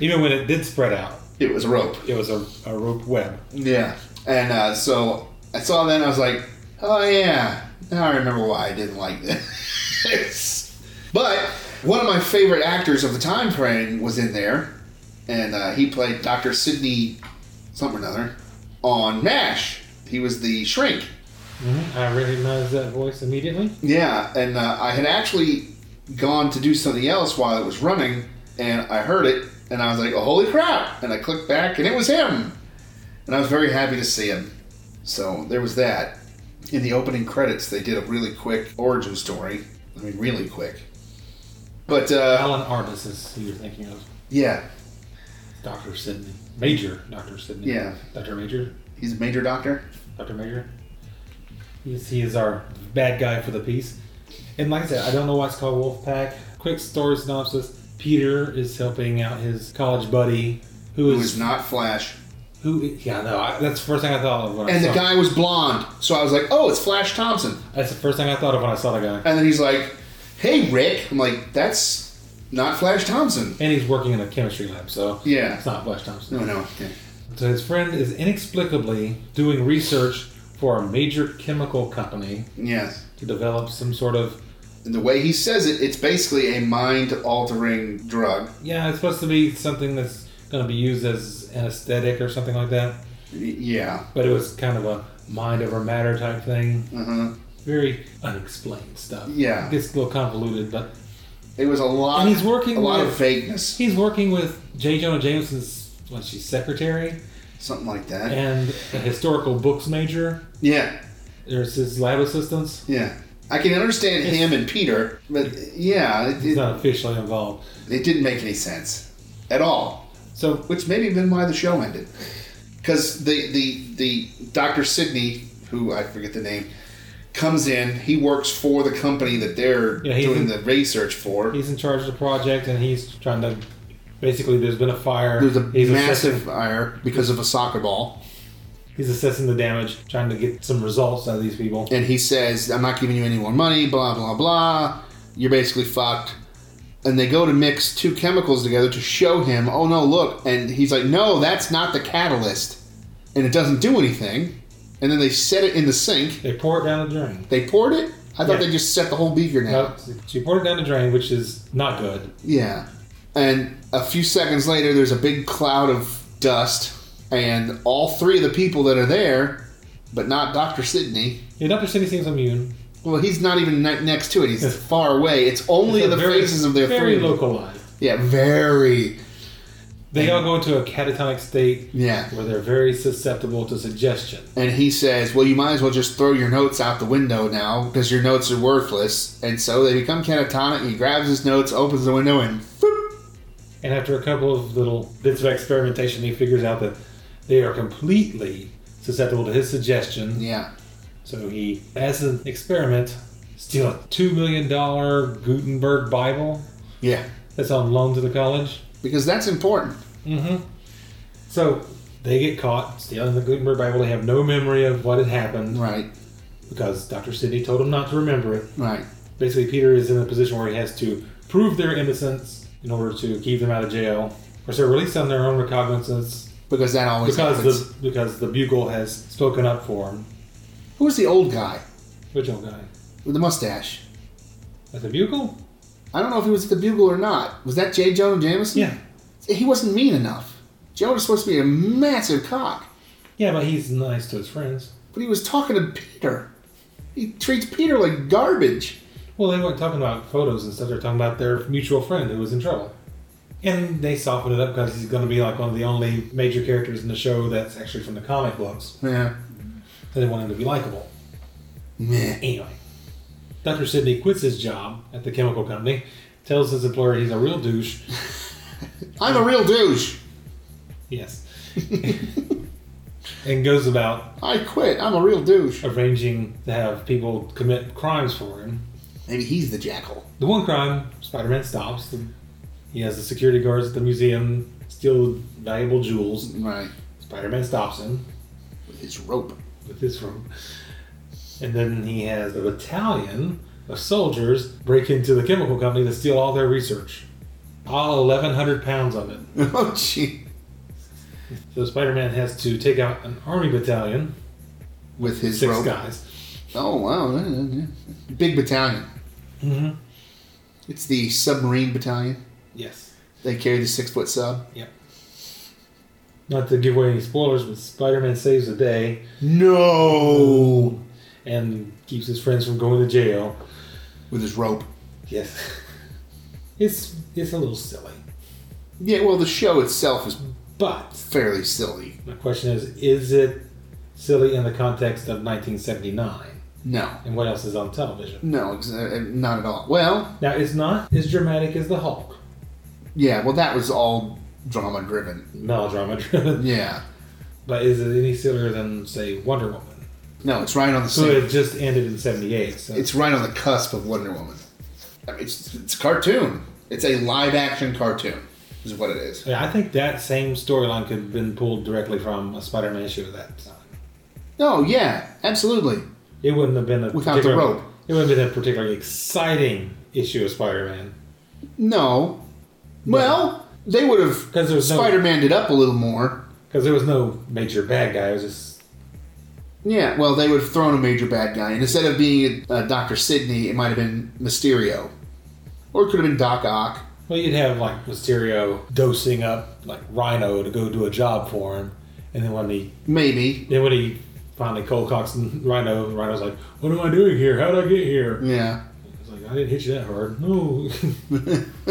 Speaker 3: Even when it did spread out,
Speaker 1: It was a rope.
Speaker 3: it was a, a rope web.
Speaker 1: Yeah. And uh, so I saw that, and I was like, oh yeah, now I remember why I didn't like this. *laughs* but one of my favorite actors of the time frame was in there, and uh, he played Dr. Sidney something or another on MASH. He was the shrink.
Speaker 3: Mm-hmm. I recognize that voice immediately.
Speaker 1: Yeah, and uh, I had actually gone to do something else while it was running, and I heard it, and I was like, oh, holy crap! And I clicked back, and it was him! And I was very happy to see him. So there was that. In the opening credits, they did a really quick origin story. I mean, really quick. But, uh,
Speaker 3: Alan Artis is who you're thinking of.
Speaker 1: yeah,
Speaker 3: Dr. Sidney. Major Dr. Sidney.
Speaker 1: Yeah.
Speaker 3: Dr. Major.
Speaker 1: he's a major doctor.
Speaker 3: Dr. Major. He's, he is our bad guy for the piece. And like I said, I don't know why it's called Wolfpack. Quick story synopsis Peter is helping out his college buddy who
Speaker 1: Who
Speaker 3: is.
Speaker 1: is not Flash.
Speaker 3: Who, yeah, no, I, that's the first thing I thought of when I
Speaker 1: And the
Speaker 3: saw
Speaker 1: guy was blonde, so I was like, oh, it's Flash Thompson.
Speaker 3: That's the first thing I thought of when I saw the guy.
Speaker 1: And then he's like, hey, Rick. I'm like, that's not Flash Thompson.
Speaker 3: And he's working in a chemistry lab, so
Speaker 1: Yeah.
Speaker 3: it's not Flash Thompson.
Speaker 1: No, no. yeah.
Speaker 3: So his friend is inexplicably doing research for a major chemical company
Speaker 1: Yeah.
Speaker 3: to develop some sort of
Speaker 1: And the way he says it, it's basically a mind altering drug.
Speaker 3: yeah, it's supposed to be something that's going to be used as anesthetic or something like that.
Speaker 1: Y- Yeah.
Speaker 3: But it was kind of a mind over matter type thing.
Speaker 1: Uh-huh.
Speaker 3: Very unexplained stuff.
Speaker 1: Yeah.
Speaker 3: gets a little convoluted, but
Speaker 1: It was a lot
Speaker 3: And he's working
Speaker 1: a lot
Speaker 3: with-
Speaker 1: of vagueness.
Speaker 3: he's working with J. Jonah Jameson's what's she secretary
Speaker 1: Something like that.
Speaker 3: and a historical books major.
Speaker 1: Yeah.
Speaker 3: There's his lab assistants.
Speaker 1: Yeah. I can understand him and Peter, but yeah, it,
Speaker 3: He's
Speaker 1: it,
Speaker 3: not officially involved.
Speaker 1: it didn't make any sense at all.
Speaker 3: So
Speaker 1: Which maybe been why the show ended. Because the, the, the Dr. Sidney, who I forget the name, comes in. He works for the company that they're
Speaker 3: Yeah, he's
Speaker 1: doing
Speaker 3: in-
Speaker 1: the research for.
Speaker 3: he's in charge of the project, and he's trying to. Basically, there's been a fire.
Speaker 1: There's a
Speaker 3: he's
Speaker 1: massive
Speaker 3: Assessing,
Speaker 1: fire because of a soccer ball.
Speaker 3: he's assessing the damage, trying to get some results out of these people.
Speaker 1: and he says, "I'm not giving you any more money." Blah blah blah. You're basically fucked. And they go to mix two chemicals together to show him, "Oh no, look!" And he's like, "No, that's not the catalyst," and it doesn't do anything. And then they set it in the sink.
Speaker 3: They pour it down the drain.
Speaker 1: They poured it. I thought
Speaker 3: Yeah.
Speaker 1: they just set the whole beaker down.
Speaker 3: No, she poured it down the drain, which is not good.
Speaker 1: Yeah. And a few seconds later, there's a big cloud of dust, and all three of the people that are there, but not Doctor Sidney,
Speaker 3: Yeah, Doctor City seems immune.
Speaker 1: Well, he's not even ne- next to it. He's far away. It's only
Speaker 3: It's a
Speaker 1: the
Speaker 3: very-
Speaker 1: faces of their
Speaker 3: very
Speaker 1: three.
Speaker 3: localized.
Speaker 1: Yeah, very.
Speaker 3: They all go into a catatonic state
Speaker 1: Yeah.
Speaker 3: where they're very susceptible to suggestion.
Speaker 1: And he says, "Well, you might as well just throw your notes out the window now because your notes are worthless." And so they become catatonic. And he grabs his notes, opens the window, and
Speaker 3: And after a couple of little bits of experimentation, he figures out that they are completely susceptible to his suggestion.
Speaker 1: yeah,
Speaker 3: So he, as an experiment, steal a two million dollar Gutenberg Bible
Speaker 1: yeah,
Speaker 3: that's on loan to the college.
Speaker 1: because that's important. Mm-hmm.
Speaker 3: So they get caught stealing the Gutenberg Bible. They have no memory of what had happened
Speaker 1: Right,
Speaker 3: because Dr. Sidney told them not to remember it.
Speaker 1: right.
Speaker 3: Basically, Peter is in a position where he has to prove their innocence in order to keep them out of jail. Of course, they're released on their own recognizance
Speaker 1: Because that always
Speaker 3: because
Speaker 1: happens.
Speaker 3: the because the bugle has spoken up for him.
Speaker 1: Who was the old guy
Speaker 3: Which old guy?
Speaker 1: with the mustache?
Speaker 3: That's a bugle.
Speaker 1: I don't know if he was at the bugle or not. Was that J. Jonah Jameson? he wasn't mean enough. Jonah's supposed to be a massive cock.
Speaker 3: yeah, but he's nice to his friends.
Speaker 1: But he was talking to Peter. He treats Peter like garbage.
Speaker 3: Well, they weren't talking about photos and stuff. They're talking about their mutual friend who was in trouble. And they softened it up because he's going to be like one of the only major characters in the show that's actually from the comic books.
Speaker 1: Yeah.
Speaker 3: So they want him to be likable.
Speaker 1: Meh.
Speaker 3: Anyway, Dr. Sidney quits his job at the chemical company, tells his employer he's a real douche.
Speaker 1: I'm a real douche. *laughs*
Speaker 3: Yes. and goes about
Speaker 1: I quit. I'm a real douche.
Speaker 3: arranging to have people commit crimes for him.
Speaker 1: Maybe he's the jackal.
Speaker 3: The one crime, Spider Man stops. The, he has the security guards at the museum steal valuable jewels.
Speaker 1: Right.
Speaker 3: Spider Man stops him
Speaker 1: With his rope.
Speaker 3: with his rope. And then he has a battalion of soldiers break into the chemical company to steal all their research. All 1,100 pounds of it.
Speaker 1: *laughs* oh, gee.
Speaker 3: So Spider Man has to take out an army battalion,
Speaker 1: With his
Speaker 3: six
Speaker 1: rope.
Speaker 3: guys.
Speaker 1: Oh, wow. Yeah, yeah, yeah. Big battalion.
Speaker 3: Mm-hmm.
Speaker 1: It's the submarine battalion.
Speaker 3: Yes.
Speaker 1: They carry the six foot sub.
Speaker 3: Not to give away any spoilers, but Spider Man saves the day
Speaker 1: No.
Speaker 3: and keeps his friends from going to jail.
Speaker 1: With his rope.
Speaker 3: Yes. *laughs* It's it's a little silly.
Speaker 1: Yeah, well, the show itself is
Speaker 3: But
Speaker 1: fairly silly.
Speaker 3: my question is, is it silly in the context of nineteen seventy nine?
Speaker 1: No.
Speaker 3: And what else is on television?
Speaker 1: No, ex- uh, not at all. Well,
Speaker 3: Now it's not as dramatic as the Hulk.
Speaker 1: yeah, well, that was all drama driven.
Speaker 3: Melodrama driven. *laughs*
Speaker 1: Yeah.
Speaker 3: But is it any sillier than say Wonder Woman?
Speaker 1: No, it's right on the
Speaker 3: So
Speaker 1: same.
Speaker 3: it just ended in seventy eight. So
Speaker 1: It's right on the cusp of Wonder Woman. I mean, it's, it's a cartoon. It's a live action cartoon, is what it is.
Speaker 3: yeah, I think that same storyline could have been pulled directly from a Spider Man issue at that time.
Speaker 1: No, yeah, absolutely.
Speaker 3: It wouldn't have been a
Speaker 1: Without the
Speaker 3: particular-
Speaker 1: rope.
Speaker 3: It wouldn't have been a particularly exciting issue of Spider Man.
Speaker 1: No. Well, they would have
Speaker 3: 'Cause there's no-
Speaker 1: Spider Man it up a little more.
Speaker 3: Because there was no major bad guy. It was just
Speaker 1: Yeah, well, they would have thrown a major bad guy. And instead of being uh, Dr. Sidney, it might have been Mysterio. Or it could have been Doc Ock.
Speaker 3: well, you'd have like Mysterio dosing up like Rhino to go do a job for him, and then when he
Speaker 1: Maybe.
Speaker 3: then when he finally cold cocks Rhino, Rhino's like, "What am I doing here? How did I get here?"
Speaker 1: Yeah. *laughs*
Speaker 3: It's like I didn't hit you that hard. No,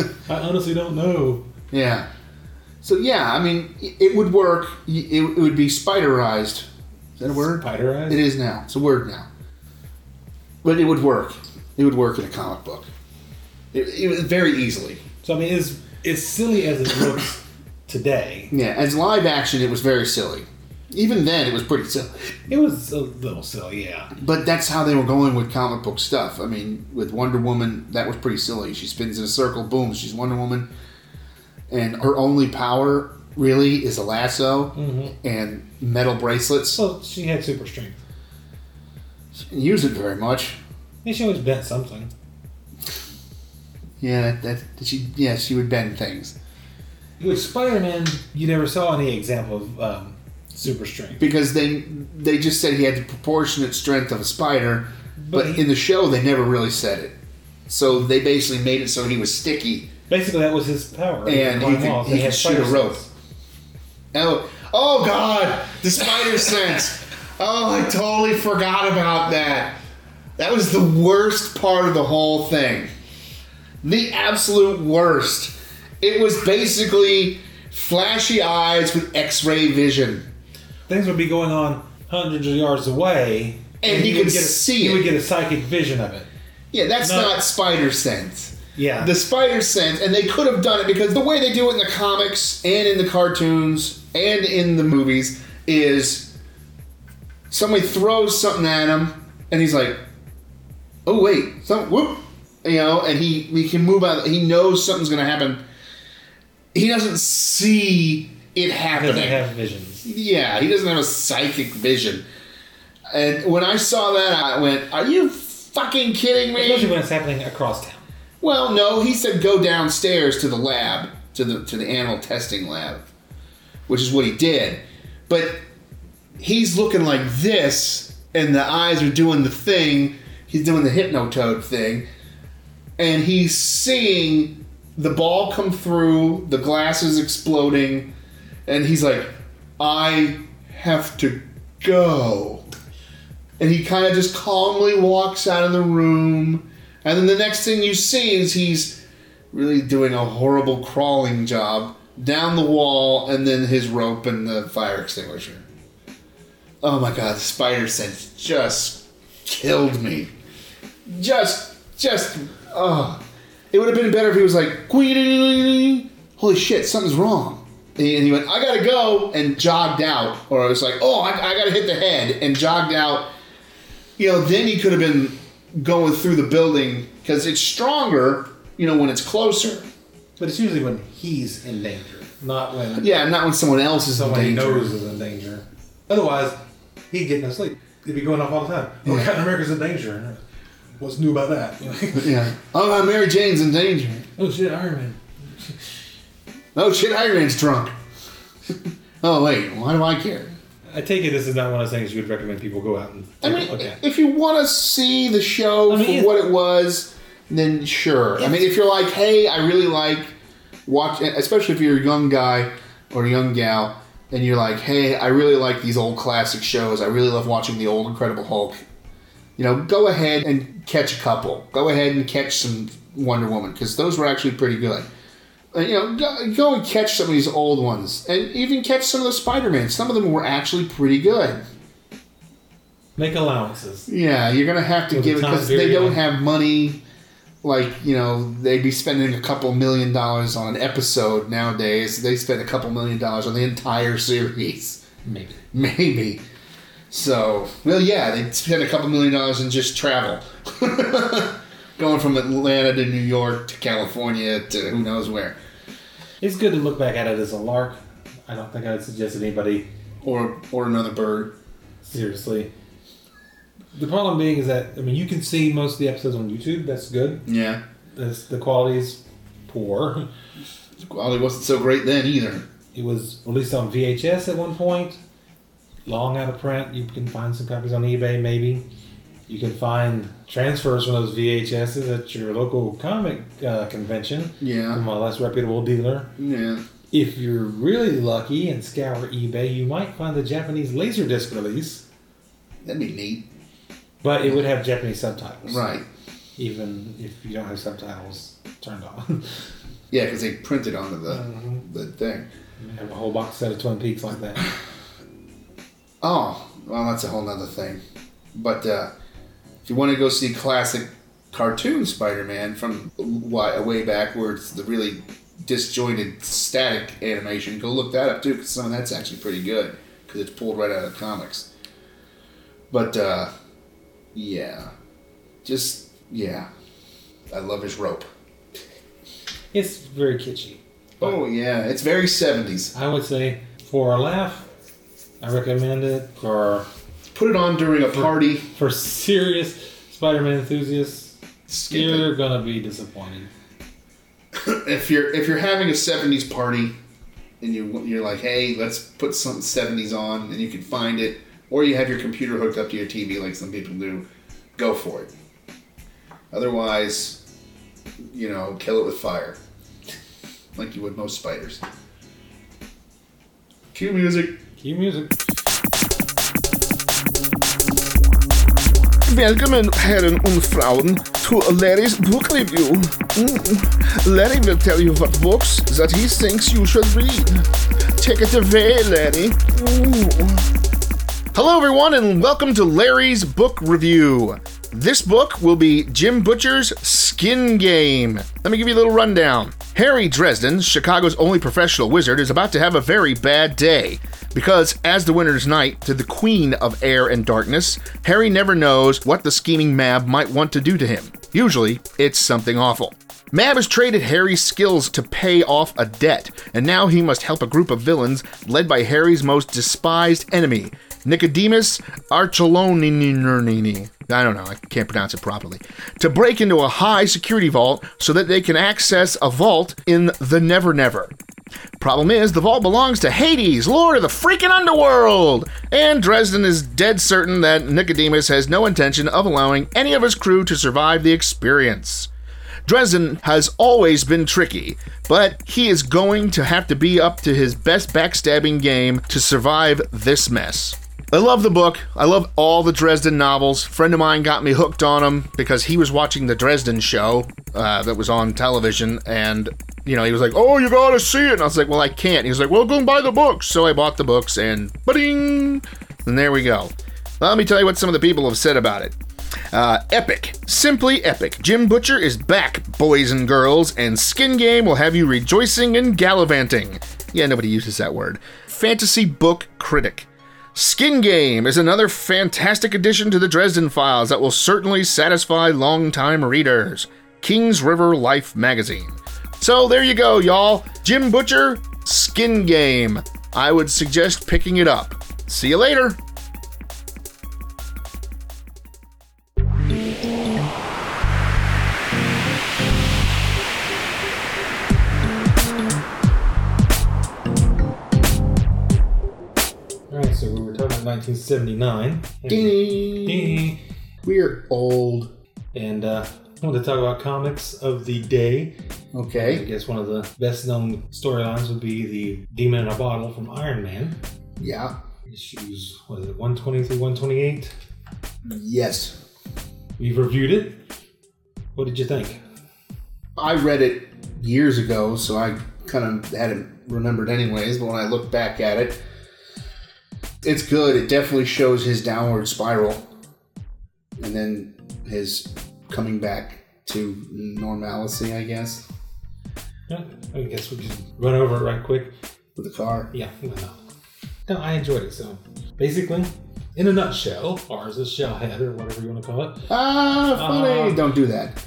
Speaker 3: *laughs* I honestly don't know.
Speaker 1: Yeah. So, yeah, I mean, it it would work. Y- It, it would be spiderized. Is that a word?
Speaker 3: Spider eyes.
Speaker 1: It is now. It's a word now. But it would work. It would work in a comic book. It, it was very easily.
Speaker 3: So I mean, it's as silly as it looks today,
Speaker 1: Yeah, as live action, it was very silly. Even then, it was pretty silly.
Speaker 3: it was a little silly. Yeah,
Speaker 1: But that's how they were going with comic book stuff. I mean, with Wonder Woman, that was pretty silly. She spins in a circle, boom, she's Wonder Woman. And her only power, really, is a lasso and metal bracelets.
Speaker 3: so she had super strength.
Speaker 1: She didn't use it very much.
Speaker 3: And she always bent something.
Speaker 1: Yeah, that, that she yeah she would bend things
Speaker 3: With Spider-Man, you never saw any example of um, super strength.
Speaker 1: because they they just said he had the proportionate strength of a spider, but,
Speaker 3: But he-
Speaker 1: in the show they never really said it. So they basically made it so he was sticky.
Speaker 3: Basically, that was his power.
Speaker 1: And he
Speaker 3: Climbing
Speaker 1: could-
Speaker 3: walls.
Speaker 1: he
Speaker 3: had
Speaker 1: could shoot a
Speaker 3: spider
Speaker 1: rope.
Speaker 3: sense.
Speaker 1: Oh, oh God, the spider sense. Oh, I totally forgot about that. That was the worst part of the whole thing. The absolute worst. It was basically flashy eyes with X-ray vision.
Speaker 3: Things would be going on hundreds of yards away,
Speaker 1: And he
Speaker 3: would
Speaker 1: could
Speaker 3: get a,
Speaker 1: see
Speaker 3: You would
Speaker 1: it.
Speaker 3: get a psychic vision of it.
Speaker 1: Yeah, that's
Speaker 3: No.
Speaker 1: not spider sense.
Speaker 3: Yeah,
Speaker 1: The spider sense, and they could have done it because the way they do it in the comics and in the cartoons and in the movies is somebody throws something at him, and he's like, "Oh wait, some whoop," you know, and he he can move out. He knows something's gonna happen. He doesn't see it
Speaker 3: he
Speaker 1: happening.
Speaker 3: doesn't have visions.
Speaker 1: yeah, he doesn't have a psychic vision. And when I saw that, I went, "Are you fucking kidding me?"
Speaker 3: Especially when it's happening across town.
Speaker 1: Well, no, he said go downstairs to the lab, to the to the animal testing lab, which is what he did. But he's looking like this, and the eyes are doing the thing. He's doing the hypnotoad thing, and he's seeing the ball come through, the glasses exploding, and he's like, "I have to go." and he kind of just calmly walks out of the room. And then the next thing you see is he's really doing a horrible crawling job down the wall and then his rope and the fire extinguisher. Oh my god, the spider sense just killed me.
Speaker 6: Just, just, oh. It would have been better if he was like, "Queen, holy shit, something's wrong.
Speaker 1: And he went, I gotta go, and jogged out. Or I was like, oh, I, I gotta hit the head, and jogged out. You know, then he could have been going through the building because it's stronger, you know, when it's closer.
Speaker 3: But it's usually when he's in danger, not when
Speaker 1: Yeah, not when someone else is in
Speaker 3: someone he
Speaker 1: danger.
Speaker 3: knows is in danger. Otherwise, he'd get no sleep. He'd be going off all the time. Oh, Captain America's in danger. What's new about that?
Speaker 1: Yeah. Oh, no, Mary Jane's in danger.
Speaker 3: *laughs* oh shit, Iron Man.
Speaker 1: Oh shit, Iron Man's drunk. *laughs* oh wait, why do I care?
Speaker 3: I take it this is not one of those things you would recommend people go out and
Speaker 1: I
Speaker 3: take
Speaker 1: mean,
Speaker 3: a look at.
Speaker 1: if you want to see the show
Speaker 3: I mean,
Speaker 1: for
Speaker 3: it-
Speaker 1: what it was, then sure. I mean, if you're like, hey, I really like watch, especially if you're a young guy or a young gal, and you're like, hey, I really like these old classic shows. I really love watching the old Incredible Hulk. You know, go ahead and catch a couple. Go ahead and catch some Wonder Woman because those were actually pretty good. And, you know, go, go and catch some of these old ones, and even catch some of the Spider-Man. Some of them were actually pretty good.
Speaker 3: Make allowances.
Speaker 1: Yeah, you're gonna have to
Speaker 3: With
Speaker 1: give it
Speaker 3: the time
Speaker 1: because they
Speaker 3: period.
Speaker 1: don't have money. Like you know, they'd be spending a couple million dollars on an episode nowadays. They spend a couple million dollars on the entire series, *laughs*
Speaker 3: Maybe.
Speaker 1: maybe. So, well, yeah, they spend a couple million dollars in just travel, *laughs* going from Atlanta to New York to California to who knows where,
Speaker 3: It's good to look back at it as a lark. I don't think I'd suggest anybody
Speaker 1: or or another bird.
Speaker 3: seriously. The problem being is that I mean you can see most of the episodes on YouTube. That's good.
Speaker 1: Yeah,
Speaker 3: That's, the quality is poor. *laughs*
Speaker 1: the quality wasn't so great then either.
Speaker 3: It was released on VHS at one point. Long out of print. You can find some copies on eBay maybe. You can find transfers from those VHSs at your local comic uh, convention
Speaker 1: Yeah,
Speaker 3: from a less reputable dealer.
Speaker 1: yeah.
Speaker 3: If you're really lucky and scour eBay, you might find the Japanese Laserdisc release,
Speaker 1: That'd be neat,
Speaker 3: but it would have Japanese subtitles.
Speaker 1: right?
Speaker 3: Even if you don't have subtitles turned on. *laughs*
Speaker 1: Yeah, because they printed onto the
Speaker 3: Mm-hmm.
Speaker 1: the thing.
Speaker 3: You have a whole box set of Twin Peaks like that.
Speaker 1: Oh, well, that's a whole nother thing. But uh, if you want to go see classic cartoon Spider-Man from why, way back, where it's the really disjointed static animation, go look that up too, because some of that's actually pretty good because it's pulled right out of the comics. But uh, yeah, just yeah, I love his rope.
Speaker 3: It's very kitschy.
Speaker 1: Oh yeah, it's very seventies.
Speaker 3: I would say for a laugh, I recommend it. For
Speaker 1: Put it on during a party.
Speaker 3: for serious Spider-Man enthusiasts,
Speaker 1: Skip it.
Speaker 3: you're gonna be disappointed.
Speaker 1: if you're if you're having a '70s party and you you're like, hey, let's put some '70s on, and you can find it, or you have your computer hooked up to your TV like some people do, go for it. Otherwise, you know, kill it with fire, like you would most spiders. Cue music.
Speaker 3: Cue music.
Speaker 7: Välkommen herren und Frauen to Larry's book review. Mm. Larry will tell you what books that he thinks you should read. Take it away, Larry. Mm. Ooh. Hello, everyone, and welcome to Larry's book review. This book will be Jim Butcher's Skin Game. Let me give you a little rundown. Harry Dresden, Chicago's only professional wizard, is about to have a very bad day. Because, as the winter's night to the queen of air and darkness, Harry never knows what the scheming Mab might want to do to him. Usually, it's something awful. Mab has traded Harry's skills to pay off a debt, and now he must help a group of villains led by Harry's most despised enemy, Nicodemus Archelaninernini. I don't know, I can't pronounce it properly. To break into a high security vault so that they can access a vault in the Never Never. Problem is, the vault belongs to Hades, lord of the freaking underworld! And Dresden is dead certain that Nicodemus has no intention of allowing any of his crew to survive the experience. Dresden has always been tricky, but he is going to have to be up to his best backstabbing game to survive this mess. I love the book. I love all the Dresden novels. friend of mine got me hooked on them because he was watching the Dresden show uh, that was on television, and you know he was like, "Oh, you gotta see it," and I was like, "Well, I can't." He was like, "Well, go and buy the books." So I bought the books, and ba-ding, and there we go. Let me tell you what some of the people have said about it.
Speaker 8: Uh, epic. Simply epic. Jim Butcher is back, boys and girls, and Skin Game will have you rejoicing and gallivanting. Yeah, nobody uses that word. Fantasy Book Critic. Skin Game is another fantastic addition to the Dresden Files that will certainly satisfy longtime readers. Kings River Life magazine. So there you go, y'all. Jim Butcher, Skin Game. I would suggest picking it up. See you later.
Speaker 3: All right, so we were talking about 1979. Ding.
Speaker 1: We're old.
Speaker 3: And uh, I wanted to talk about comics of the day. I
Speaker 1: Okay.
Speaker 3: guess one of the best known storylines would be the Demon in a Bottle from Iron Man.
Speaker 1: Yeah.
Speaker 3: Issues, what is it, 120 through 128?
Speaker 1: Yes.
Speaker 3: We've reviewed it. What did you think?
Speaker 1: I read it years ago, so I kind of hadn't remembered anyways, but when I look back at it, it's good. It definitely shows his downward spiral and then his coming back to normalcy, I guess,
Speaker 3: Yeah, I guess we can run over it right quick.
Speaker 1: with the car.
Speaker 3: Yeah, no, no. No, I enjoyed it. So basically, in a nutshell, or as a shell head, or whatever you want to call it,
Speaker 1: Ah, funny!
Speaker 3: Ah.
Speaker 1: Don't do that.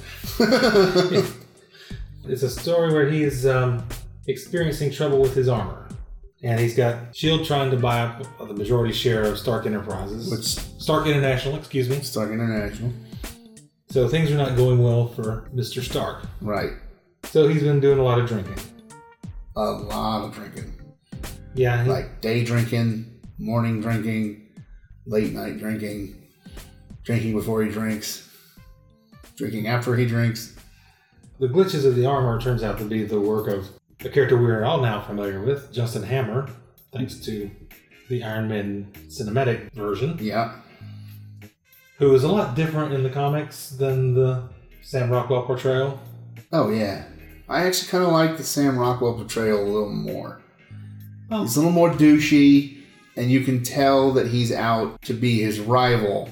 Speaker 3: It's a story where he's um, experiencing trouble with his armor. And he's got Shield E trying to buy up the majority share of Stark Enterprises.
Speaker 1: Which
Speaker 3: Stark International, excuse me.
Speaker 1: Stark International.
Speaker 3: So things are not going well for Mr. Stark.
Speaker 1: Right.
Speaker 3: So he's been doing a lot of drinking.
Speaker 1: A lot of drinking.
Speaker 3: Yeah, he-
Speaker 1: Like day drinking, morning drinking, late night drinking, drinking before he drinks, drinking after he drinks.
Speaker 3: the glitches of the armor turns out to be the work of a character we're all now familiar with, Justin Hammer, thanks to the Iron Man cinematic version,
Speaker 1: Yeah.
Speaker 3: who is a lot different in the comics than the Sam Rockwell portrayal.
Speaker 1: Oh, yeah. I actually kind of like the Sam Rockwell portrayal a little more.
Speaker 3: Oh.
Speaker 1: He's a little more douchey, and you can tell that he's out to be his rival.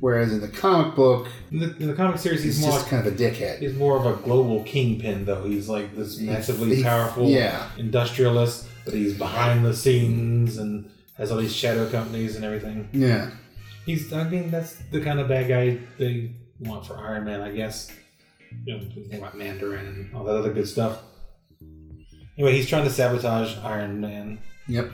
Speaker 1: Whereas in the comic book,
Speaker 3: In the, in the comic series, he's,
Speaker 1: he's
Speaker 3: more
Speaker 1: just
Speaker 3: like,
Speaker 1: kind of a dickhead.
Speaker 3: he's more of a global kingpin, though. He's like this
Speaker 1: He-
Speaker 3: massively
Speaker 1: he-
Speaker 3: powerful
Speaker 1: yeah.
Speaker 3: industrialist, but he's behind the scenes and has all these shadow companies and everything.
Speaker 1: Yeah.
Speaker 3: He's, I mean, that's the kind of bad guy they want for Iron Man, I guess. You know, think about Mandarin and all that other good stuff. Anyway, he's trying to sabotage Iron Man
Speaker 1: Yep.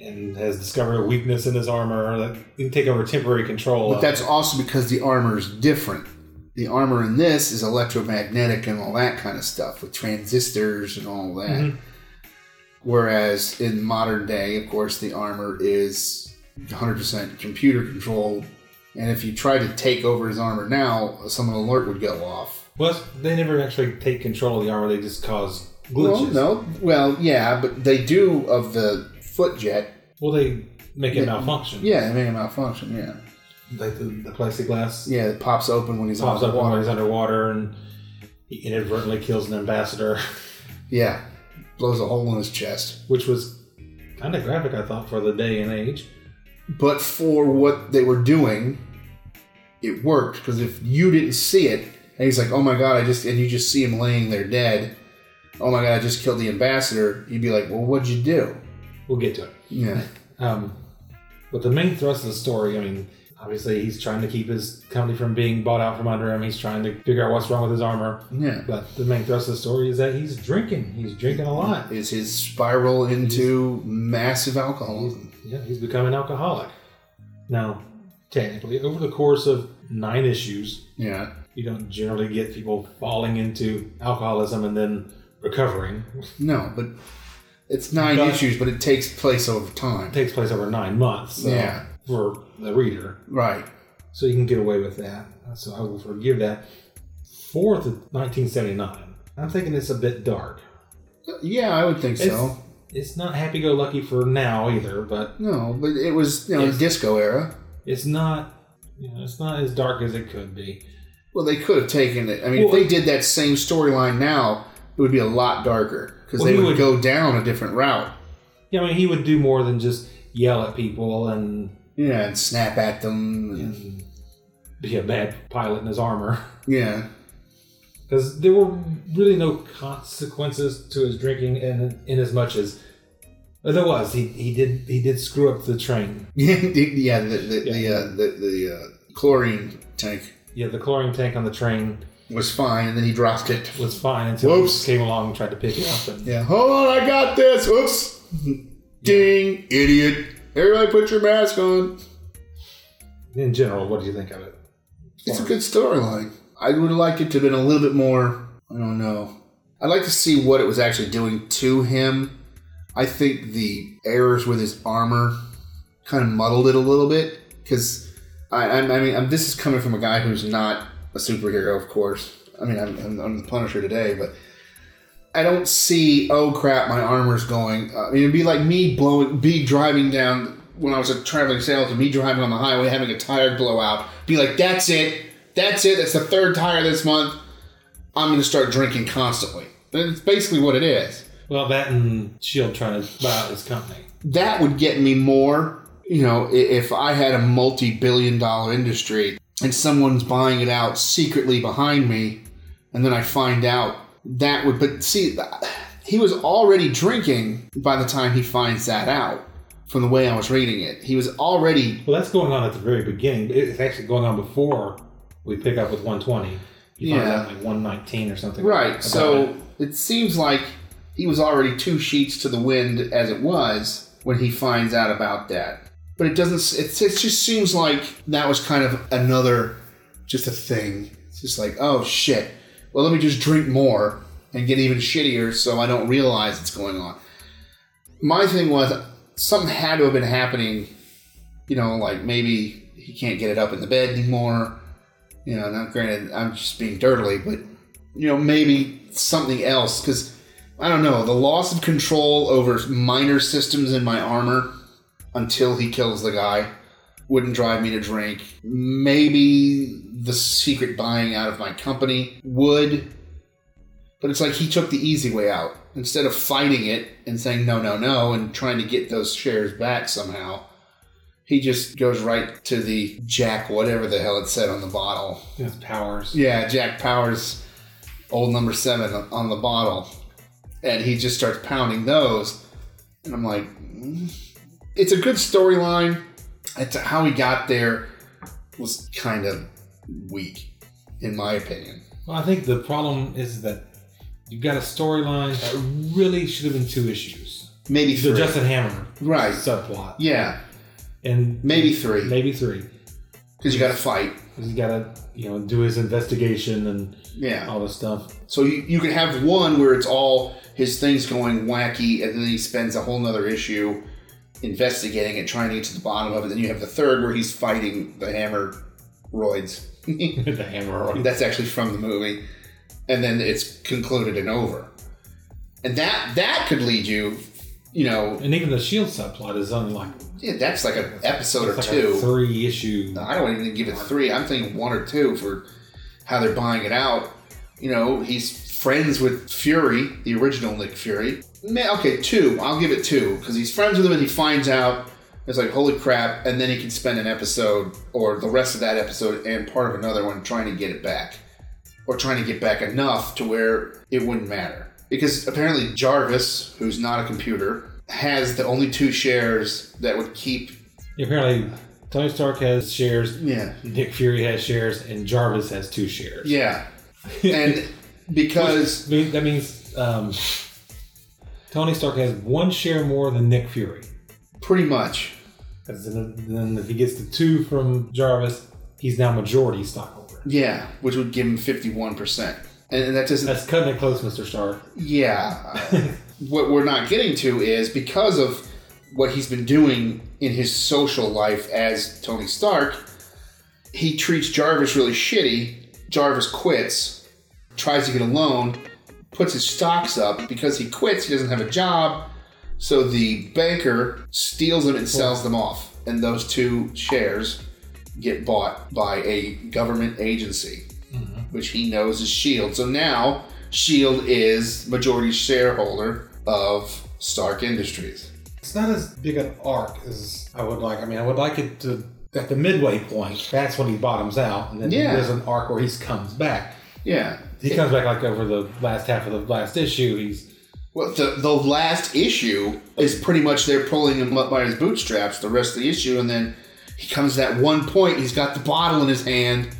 Speaker 3: and has discovered a weakness in his armor that he can take over temporary control.
Speaker 1: But
Speaker 3: of.
Speaker 1: that's also because the armor is different. The armor in this is electromagnetic and all that kind of stuff with transistors and all that.
Speaker 3: Mhm.
Speaker 1: Whereas in modern day, of course, the armor is 100% computer controlled. And if you try to take over his armor now, some alert would go off.
Speaker 3: Well, they never actually take control of the armor; they just cause
Speaker 1: Well,
Speaker 3: glitches.
Speaker 1: no. Well, yeah, but they do of the foot jet.
Speaker 3: Well, they make
Speaker 1: Yeah.
Speaker 3: it malfunction.
Speaker 1: Yeah, they make it malfunction. Yeah,
Speaker 3: Like the, the plexiglass
Speaker 1: yeah, it pops open when he's
Speaker 3: pops
Speaker 1: on
Speaker 3: up
Speaker 1: the
Speaker 3: while
Speaker 1: water.
Speaker 3: he's underwater, and he inadvertently kills an ambassador,
Speaker 1: Yeah, blows a hole in his chest.
Speaker 3: which was kind of graphic, I thought, for the day and age.
Speaker 1: but for what they were doing, it worked because if you didn't see it, and he's like, "Oh my god, I just," and you just see him laying there dead. Oh my god, I just killed the ambassador. You'd be like, "Well, what'd you do?"
Speaker 3: We'll get to it.
Speaker 1: Yeah,
Speaker 3: Um, but the main thrust of the story, I mean, obviously he's trying to keep his company from being bought out from under him. He's trying to figure out what's wrong with his armor.
Speaker 1: yeah.
Speaker 3: But the main thrust of the story is that he's drinking. He's drinking a lot.
Speaker 1: Is his spiral into massive alcoholism?
Speaker 3: Yeah, he's becoming alcoholic. Now, technically, over the course of nine issues,
Speaker 1: Yeah,
Speaker 3: you don't generally get people falling into alcoholism and then recovering.
Speaker 1: no, but it's nine
Speaker 3: But-
Speaker 1: issues, but it takes place over time.
Speaker 3: It takes place over nine months. So
Speaker 1: Yeah.
Speaker 3: For the reader.
Speaker 1: Right.
Speaker 3: So you can get away with that. So I will forgive that. Fourth of 1979. I'm thinking it's a bit dark.
Speaker 1: Yeah, I would think
Speaker 3: It's,
Speaker 1: so.
Speaker 3: it's not happy go lucky for now either, but
Speaker 1: No, but it was you know
Speaker 3: It's-
Speaker 1: disco era.
Speaker 3: it's not. You know, it's not as dark as it could be.
Speaker 1: Well, they could have taken it. I mean,
Speaker 3: Well-
Speaker 1: if they did that same storyline now, it would be a lot darker because
Speaker 3: Well,
Speaker 1: they
Speaker 3: he
Speaker 1: would,
Speaker 3: would-
Speaker 1: go down a different route.
Speaker 3: Yeah, I mean, he would do more than just yell at people and
Speaker 1: Yeah, and snap at them. And,
Speaker 3: be a bad pilot in his armor.
Speaker 1: Yeah.
Speaker 3: Because there were really no consequences to his drinking, and in as much as uh, there was, he, he did he did screw up the train.
Speaker 1: Yeah, *laughs* the, yeah, the, the, The,
Speaker 3: Yeah.
Speaker 1: uh, the, the uh, chlorine tank
Speaker 3: Yeah, the chlorine tank on the train
Speaker 1: was fine, and then he dropped it.
Speaker 3: was fine until
Speaker 1: Whoops.
Speaker 3: he came along and tried to pick it up. And
Speaker 1: Yeah, hold on, I got this. Oops. Ding, idiot. Everybody put your mask on.
Speaker 3: in general, what do you think of it?
Speaker 1: It's a good storyline. I would have liked it to have been a little bit more, I don't know. I'd like to see what it was actually doing to him. I think the errors with his armor kind of muddled it a little bit because I, I, I mean, i this is coming from a guy who's not a superhero, of course. I mean, I'm, I'm, I'm the Punisher today, but I don't see. Oh crap, my armor's going. I mean, it'd be like me blowing, be driving down when I was a traveling salesman, me driving on the highway having a tire blowout. Be like, that's it, that's it. That's the third tire this month. I'm gonna start drinking constantly. That's basically what it is.
Speaker 3: Well, that and Shield E trying to buy out his company.
Speaker 1: That would get me more. You know, i- if I had a multi-billion-dollar industry and someone's buying it out secretly behind me, and then I find out that would. But see, th- he was already drinking by the time he finds that out. From the way I was reading it, he was already.
Speaker 3: Well, that's going on at the very beginning. It's actually going on before we pick up with 120. You find
Speaker 1: Yeah.
Speaker 3: out like 119 or something.
Speaker 1: Right,
Speaker 3: about
Speaker 1: so
Speaker 3: it.
Speaker 1: it seems like he was already two sheets to the wind as it was when he finds out about that. But it doesn't. s- It, it just seems like that was kind of another, just a thing. It's just like, oh shit. Well, let me just drink more and get even shittier, so I don't realize it's going on. My thing was something had to have been happening. You know, like maybe he can't get it up in the bed anymore. You know, now granted, I'm just being dirtily, but you know, maybe something else because I don't know the loss of control over minor systems in my armor until he kills the guy wouldn't drive me to drink. Maybe the secret buying out of my company would, but it's like he took the easy way out instead of fighting it and saying no, no, no, and trying to get those shares back somehow. He just goes right to the Jack, whatever the hell it said on the bottle.
Speaker 3: His powers.
Speaker 1: Yeah, Jack Powers, old number seven on the bottle, and he just starts pounding those, and I'm like, mm. it's a good storyline. It's how he got there was kind of weak, in my opinion.
Speaker 3: Well, I think the problem is that you've got a storyline that really should have been two issues.
Speaker 1: Maybe
Speaker 3: The
Speaker 1: three,
Speaker 3: Justin Hammer
Speaker 1: right?
Speaker 3: subplot.
Speaker 1: Yeah,
Speaker 3: And
Speaker 1: maybe three
Speaker 3: maybe three.
Speaker 1: because you got to fight.
Speaker 3: He's got to, you know, do his investigation and
Speaker 1: Yeah,
Speaker 3: all this stuff.
Speaker 1: so you, you could have one where it's all his things going wacky, and then he spends a whole nother issue investigating it, trying to get to the bottom of it. Then you have the third where he's fighting the hammer roids.
Speaker 3: the hammer.
Speaker 1: That's actually from the movie, and then it's concluded and over. And that that could lead you, you know,
Speaker 3: And even the Shield subplot is only like,
Speaker 1: yeah, that's like an episode
Speaker 3: it's
Speaker 1: or
Speaker 3: like
Speaker 1: two.
Speaker 3: a three issue.
Speaker 1: I don't even give it three. I'm thinking one or two for how they're buying it out. You know, he's friends with Fury, the original Nick Fury. Ma- Okay, two. I'll give it two because he's friends with him and he finds out. It's like holy crap, and then he can spend an episode or the rest of that episode and part of another one trying to get it back, or trying to get back enough to where it wouldn't matter. Because apparently Jarvis, who's not a computer, has the only two shares that would keep.
Speaker 3: Apparently, Tony Stark has shares.
Speaker 1: Yeah.
Speaker 3: Nick Fury has shares, and Jarvis has two shares.
Speaker 1: Yeah. And because
Speaker 3: I mean, that means um, Tony Stark has one share more than Nick Fury.
Speaker 1: pretty much,
Speaker 3: 'Cause Then, then if he gets the two from Jarvis, he's now majority stockholder.
Speaker 1: yeah, which would give him 51%. And that doesn't,
Speaker 3: That's cutting it close, Mr. Stark.
Speaker 1: yeah. what we're not getting to is because of what he's been doing in his social life as Tony Stark, he treats Jarvis really shitty. Jarvis quits, tries to get a loan, puts his stocks up. Because he quits, he doesn't have a job. So the banker steals them and sells them off. And those two shares get bought by a government agency, which he knows is S.H.I.E.L.D. E So now S.H.I.E.L.D. E is majority shareholder of Stark Industries.
Speaker 3: It's not as big an arc as I would like. I mean, I would like it to at the midway point, that's when he bottoms out, and then
Speaker 1: Yeah.
Speaker 3: there's an arc where he comes back.
Speaker 1: Yeah.
Speaker 3: He comes back like over the last half of the last issue. He's
Speaker 1: Well, the, the last issue is pretty much they're pulling him up by his bootstraps the rest of the issue, and then he comes to that one point. He's got the bottle in his hand, and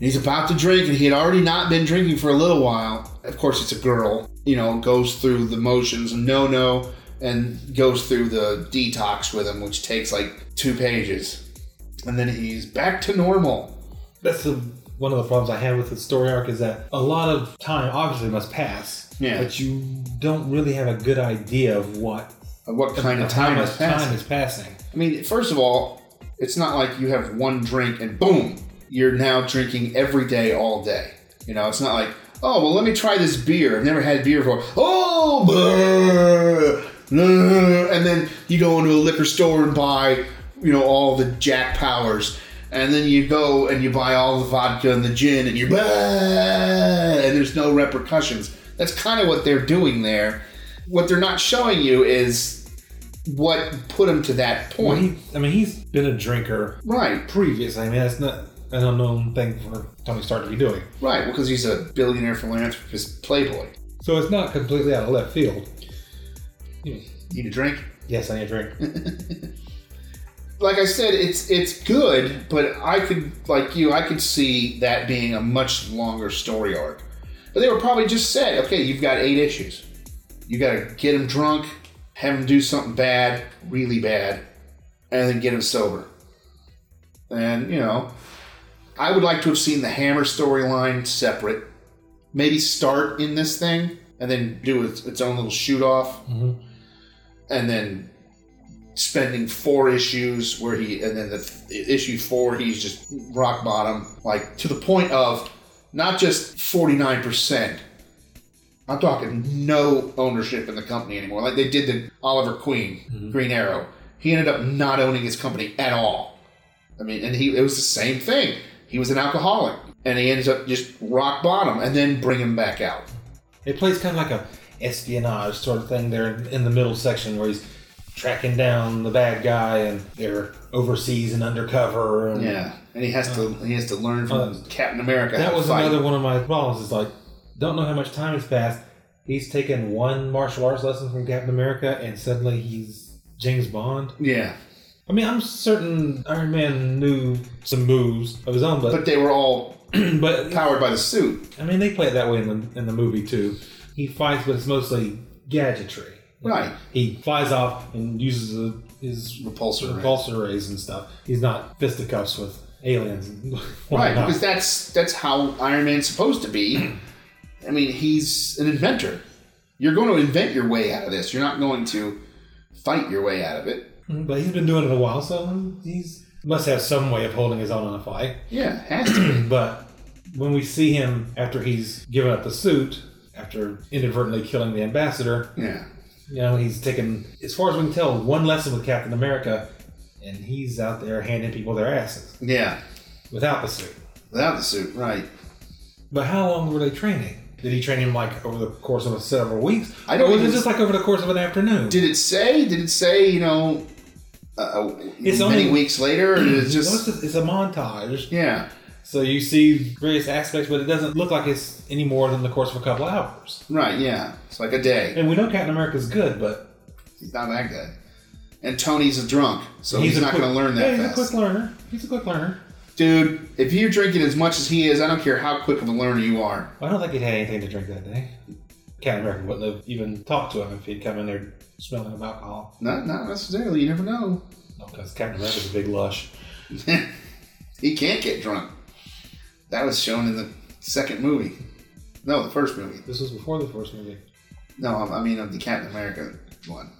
Speaker 1: he's about to drink, and he had already not been drinking for a little while. Of course, it's a girl, you know, goes through the motions, no, no, and goes through the detox with him, which takes like two pages. And then he's back to normal.
Speaker 3: that's the, one of the problems I have with the story arc is that a lot of time obviously must pass,
Speaker 1: Yeah.
Speaker 3: but you don't really have a good idea of what
Speaker 1: What kind of
Speaker 3: of how
Speaker 1: time
Speaker 3: much
Speaker 1: has passed?
Speaker 3: time is passing.
Speaker 1: I mean, first of all, it's not like you have one drink and boom, you're now drinking every day, all day. You know, it's not like, oh, well, let me try this beer. I've never had beer before. Oh, brr, brr. and then you go into a liquor store and buy, you know, all the Jack Powers. And then you go and you buy all the vodka and the gin and you're, brr, and there's no repercussions. That's kind of what they're doing there. What they're not showing you is what put them to that
Speaker 3: Well,
Speaker 1: point.
Speaker 3: he, I mean, he's been a drinker
Speaker 1: Right,
Speaker 3: previously. I mean, that's not an unknown thing for Tony Stark to be doing.
Speaker 1: right, because he's a billionaire philanthropist playboy.
Speaker 3: So it's not completely out of left field.
Speaker 1: Need a drink?
Speaker 3: Yes, I need a drink.
Speaker 1: Like I said, it's it's good, but I could like you, I could see that being a much longer story arc. But they were probably just said, okay, you've got eight issues. You got to get him drunk, have him do something bad, really bad, and then get him sober. And you know, I would like to have seen the Hammer storyline separate. Maybe start in this thing and then do its, its own little shoot off.
Speaker 3: Mhm.
Speaker 1: and then spending four issues where he and then the th- issue four he's just rock bottom like to the point of not just 49% i'm talking no ownership in the company anymore like they did the oliver queen
Speaker 3: Mm-hmm.
Speaker 1: green arrow he ended up not owning his company at all i mean and he it was the same thing he was an alcoholic and he ends up just rock bottom and then bring him back out
Speaker 3: it plays kind of like a espionage sort of thing there in, in the middle section where he's tracking down the bad guy and they're overseas and undercover. And
Speaker 1: yeah and he has to he has to learn from
Speaker 3: uh,
Speaker 1: captain america how
Speaker 3: That
Speaker 1: to
Speaker 3: was
Speaker 1: fight.
Speaker 3: another one of my problems. Is like, don't know how much time has passed. He's taken one martial arts lesson from Captain America, and suddenly he's James Bond.
Speaker 1: yeah
Speaker 3: I mean, I'm certain Iron Man knew some moves of his own,
Speaker 1: but
Speaker 3: but *clears throat*
Speaker 1: they were all
Speaker 3: but,
Speaker 1: powered by the suit.
Speaker 3: I mean, they play it that way in the in the movie too. He fights, but it's mostly gadgetry.
Speaker 1: Right.
Speaker 3: He flies off and uses a, his
Speaker 1: Repulsor ray.
Speaker 3: repulsor rays and stuff. He's not fisticuffs with aliens. And *laughs*
Speaker 1: Right,
Speaker 3: whatnot.
Speaker 1: because that's that's how Iron Man's supposed to be. I mean, he's an inventor. You're going to invent your way out of this. You're not going to fight your way out of it.
Speaker 3: But he's been doing it a while, so he's must have some way of holding his own in a fight.
Speaker 1: Yeah, has to. be.
Speaker 3: But when we see him after he's given up the suit, after inadvertently killing the ambassador, *clears throat*
Speaker 1: yeah,
Speaker 3: you know, he's taken, as far as we can tell, one lesson with Captain America, and he's out there handing people their asses
Speaker 1: yeah.
Speaker 3: without the suit.
Speaker 1: Without the suit, right?
Speaker 3: But how long were they training? Did he train him like over the course of several weeks?
Speaker 1: I don't
Speaker 3: Or was it
Speaker 1: even-
Speaker 3: just like over the course of an afternoon?
Speaker 1: Did it say? Did it say? You know, uh,
Speaker 3: It's
Speaker 1: many
Speaker 3: only-
Speaker 1: weeks later. Or
Speaker 3: *clears throat*
Speaker 1: did it
Speaker 3: You know, it's
Speaker 1: just
Speaker 3: a- it's a montage.
Speaker 1: yeah,
Speaker 3: So you see various aspects, but it doesn't look like it's any more than the course of a couple hours.
Speaker 1: right? Yeah, it's like a day.
Speaker 3: And we know Captain America's good, but
Speaker 1: He's not that good. And Tony's a drunk, so he's,
Speaker 3: a
Speaker 1: not
Speaker 3: quick-
Speaker 1: going to learn that
Speaker 3: Yeah, he's
Speaker 1: fast.
Speaker 3: a quick learner. He's a quick learner.
Speaker 1: Dude, if you're drinking as much as he is, I don't care how quick of a learner you are.
Speaker 3: I don't think he'd had anything to drink that day. Captain America wouldn't have even talked to him if he'd come in there smelling of alcohol.
Speaker 1: Not, not necessarily. You never know.
Speaker 3: Because Captain America's a big lush.
Speaker 1: He can't get drunk. That was shown in the second movie. No, the first movie.
Speaker 3: This was before the first movie.
Speaker 1: No, I I mean of the Captain America one,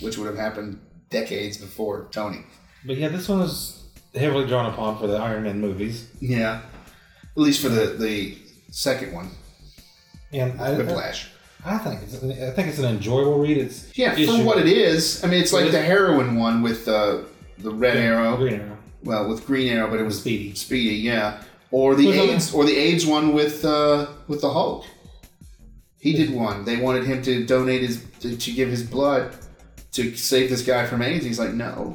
Speaker 1: which would have happened decades before Tony.
Speaker 3: But yeah, this one was heavily drawn upon for the Iron Man movies.
Speaker 1: Yeah. At least for the, the second one,
Speaker 3: And I,
Speaker 1: Whiplash.
Speaker 3: I think it's, I think it's an enjoyable read. It's
Speaker 1: Yeah, for what it is, I mean, it's like
Speaker 3: It
Speaker 1: the
Speaker 3: is-
Speaker 1: heroin one with uh, the Red Arrow.
Speaker 3: Green Arrow.
Speaker 1: well with Green Arrow, but it was
Speaker 3: Speedy.
Speaker 1: Speedy, yeah. Or the
Speaker 3: Who's on
Speaker 1: AIDS, or the AIDS one with uh, with the Hulk. He did one. They wanted him to donate his to, to give his blood to save this guy from AIDS. He's like, no,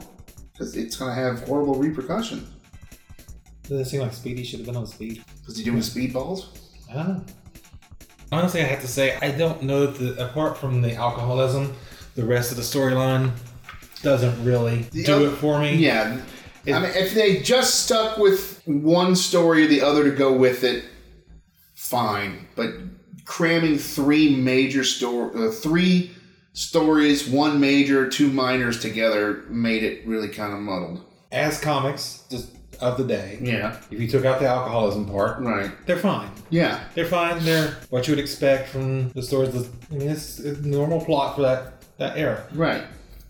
Speaker 1: because it's going to have horrible repercussions.
Speaker 3: Doesn't it seem like Speedy should have been on speed?
Speaker 1: Was he doing speedballs?
Speaker 3: I don't know. Honestly, I have to say I don't know that the, apart from the alcoholism, the rest of the storyline doesn't really do
Speaker 1: other-
Speaker 3: it for me.
Speaker 1: Yeah. I mean, if they just stuck with one story or the other to go with it, fine. But cramming three major story, uh, three stories, one major, two minors together made it really kind of muddled.
Speaker 3: As comics, just of the day,
Speaker 1: Yeah.
Speaker 3: if you took out the alcoholism part,
Speaker 1: Right.
Speaker 3: they're fine.
Speaker 1: Yeah.
Speaker 3: They're fine. They're what you would expect from the stories. Of, I mean, it's a normal plot for that that era.
Speaker 1: Right.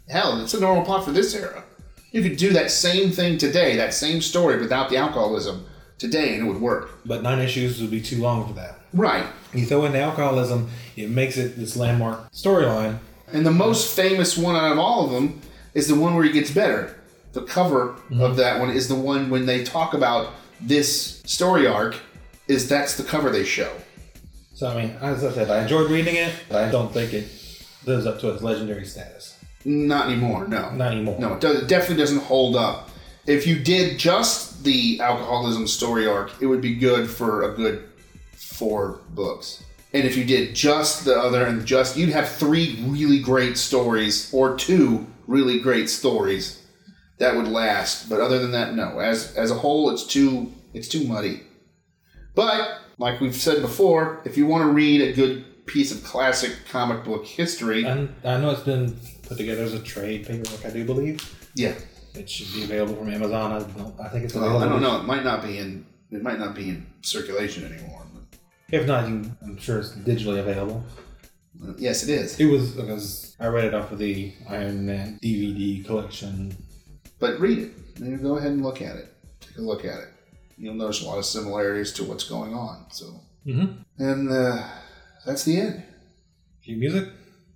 Speaker 1: Hell, it's a normal plot for this era. You could do that same thing today, that same story without the alcoholism today, and it would work.
Speaker 3: But nine issues would be too long for that.
Speaker 1: Right.
Speaker 3: You throw in the alcoholism, it makes it this landmark storyline.
Speaker 1: And the most famous one out of all of them is the one where he gets better. The cover of that one is the one when they talk about this story arc. Is that's the cover they show?
Speaker 3: So I mean, as I said, I enjoyed reading it, but I don't think it lives up to its legendary status.
Speaker 1: Not anymore. No.
Speaker 3: Not anymore.
Speaker 1: No, it, does, it definitely doesn't hold up. If you did just the alcoholism story arc, it would be good for a good four books. And if you did just the other and just, you'd have three really great stories or two really great stories that would last. But other than that, no. As as a whole, it's too it's too muddy. But like we've said before, if you want to read a good piece of classic comic book history,
Speaker 3: And I know it's been put together as a trade paperback, I do believe.
Speaker 1: yeah,
Speaker 3: It should be available from Amazon. I don't. I think it's available.
Speaker 1: Well, I don't know. It might not be in. It might not be in circulation anymore.
Speaker 3: If not, you, can- I'm sure it's digitally available.
Speaker 1: But yes, it is.
Speaker 3: It was because I read it off of the Iron Man DVD collection.
Speaker 1: But read it. You go ahead and look at it. Take a look at it. You'll notice a lot of similarities to what's going on. So,
Speaker 3: Mhm.
Speaker 1: and uh, that's the end.
Speaker 3: Cue music.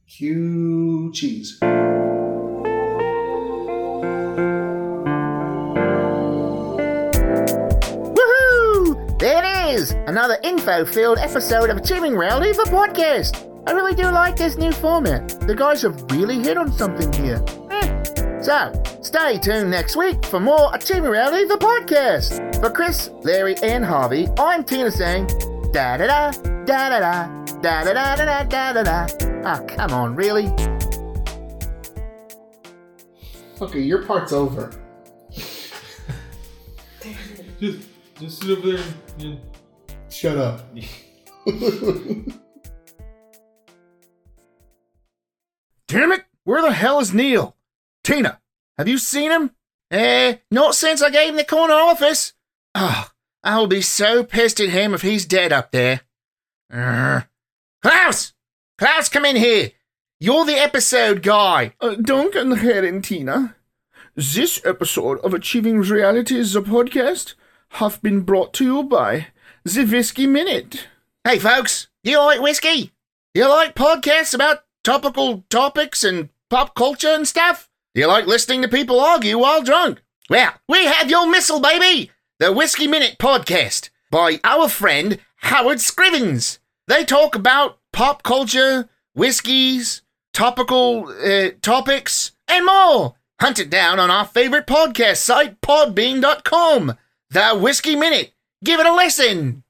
Speaker 1: Cue cheese.
Speaker 9: Woohoo! There it is! Another info filled episode of Chewing Rowdy the podcast. I really do like this new format. The guys have really hit on something here. Eh. So, stay tuned next week for more Achieving Rowdy the podcast. For Chris, Larry, and Harvey, I'm Tina saying da da da, da da da, da da da da da da da. Ah, come on, really?
Speaker 10: Okay, your part's over.
Speaker 3: Just, just sit over there. And,
Speaker 10: Shut up.
Speaker 8: Damn it! Where the hell is Neil? Tina, have you seen him? Eh, not since I gave him the corner office. Oh, I'll be so pissed at him if he's dead up there. Urgh. Klaus! Klaus, come in here! You're the episode guy!
Speaker 11: Uh, Duncan Heron Tina. This episode of Achieving Reality the podcast have been brought to you by the Whiskey Minute.
Speaker 8: Hey, folks, you like whiskey? You like podcasts about topical topics and pop culture and stuff? You like listening to people argue while drunk? Well, we have your missile, baby! The Whiskey Minute podcast by our friend Howard Scrivens. They talk about pop culture, whiskeys, topical uh, topics, and more. Hunt it down on our favorite podcast site, podbean.com. The Whiskey Minute. Give it a listen.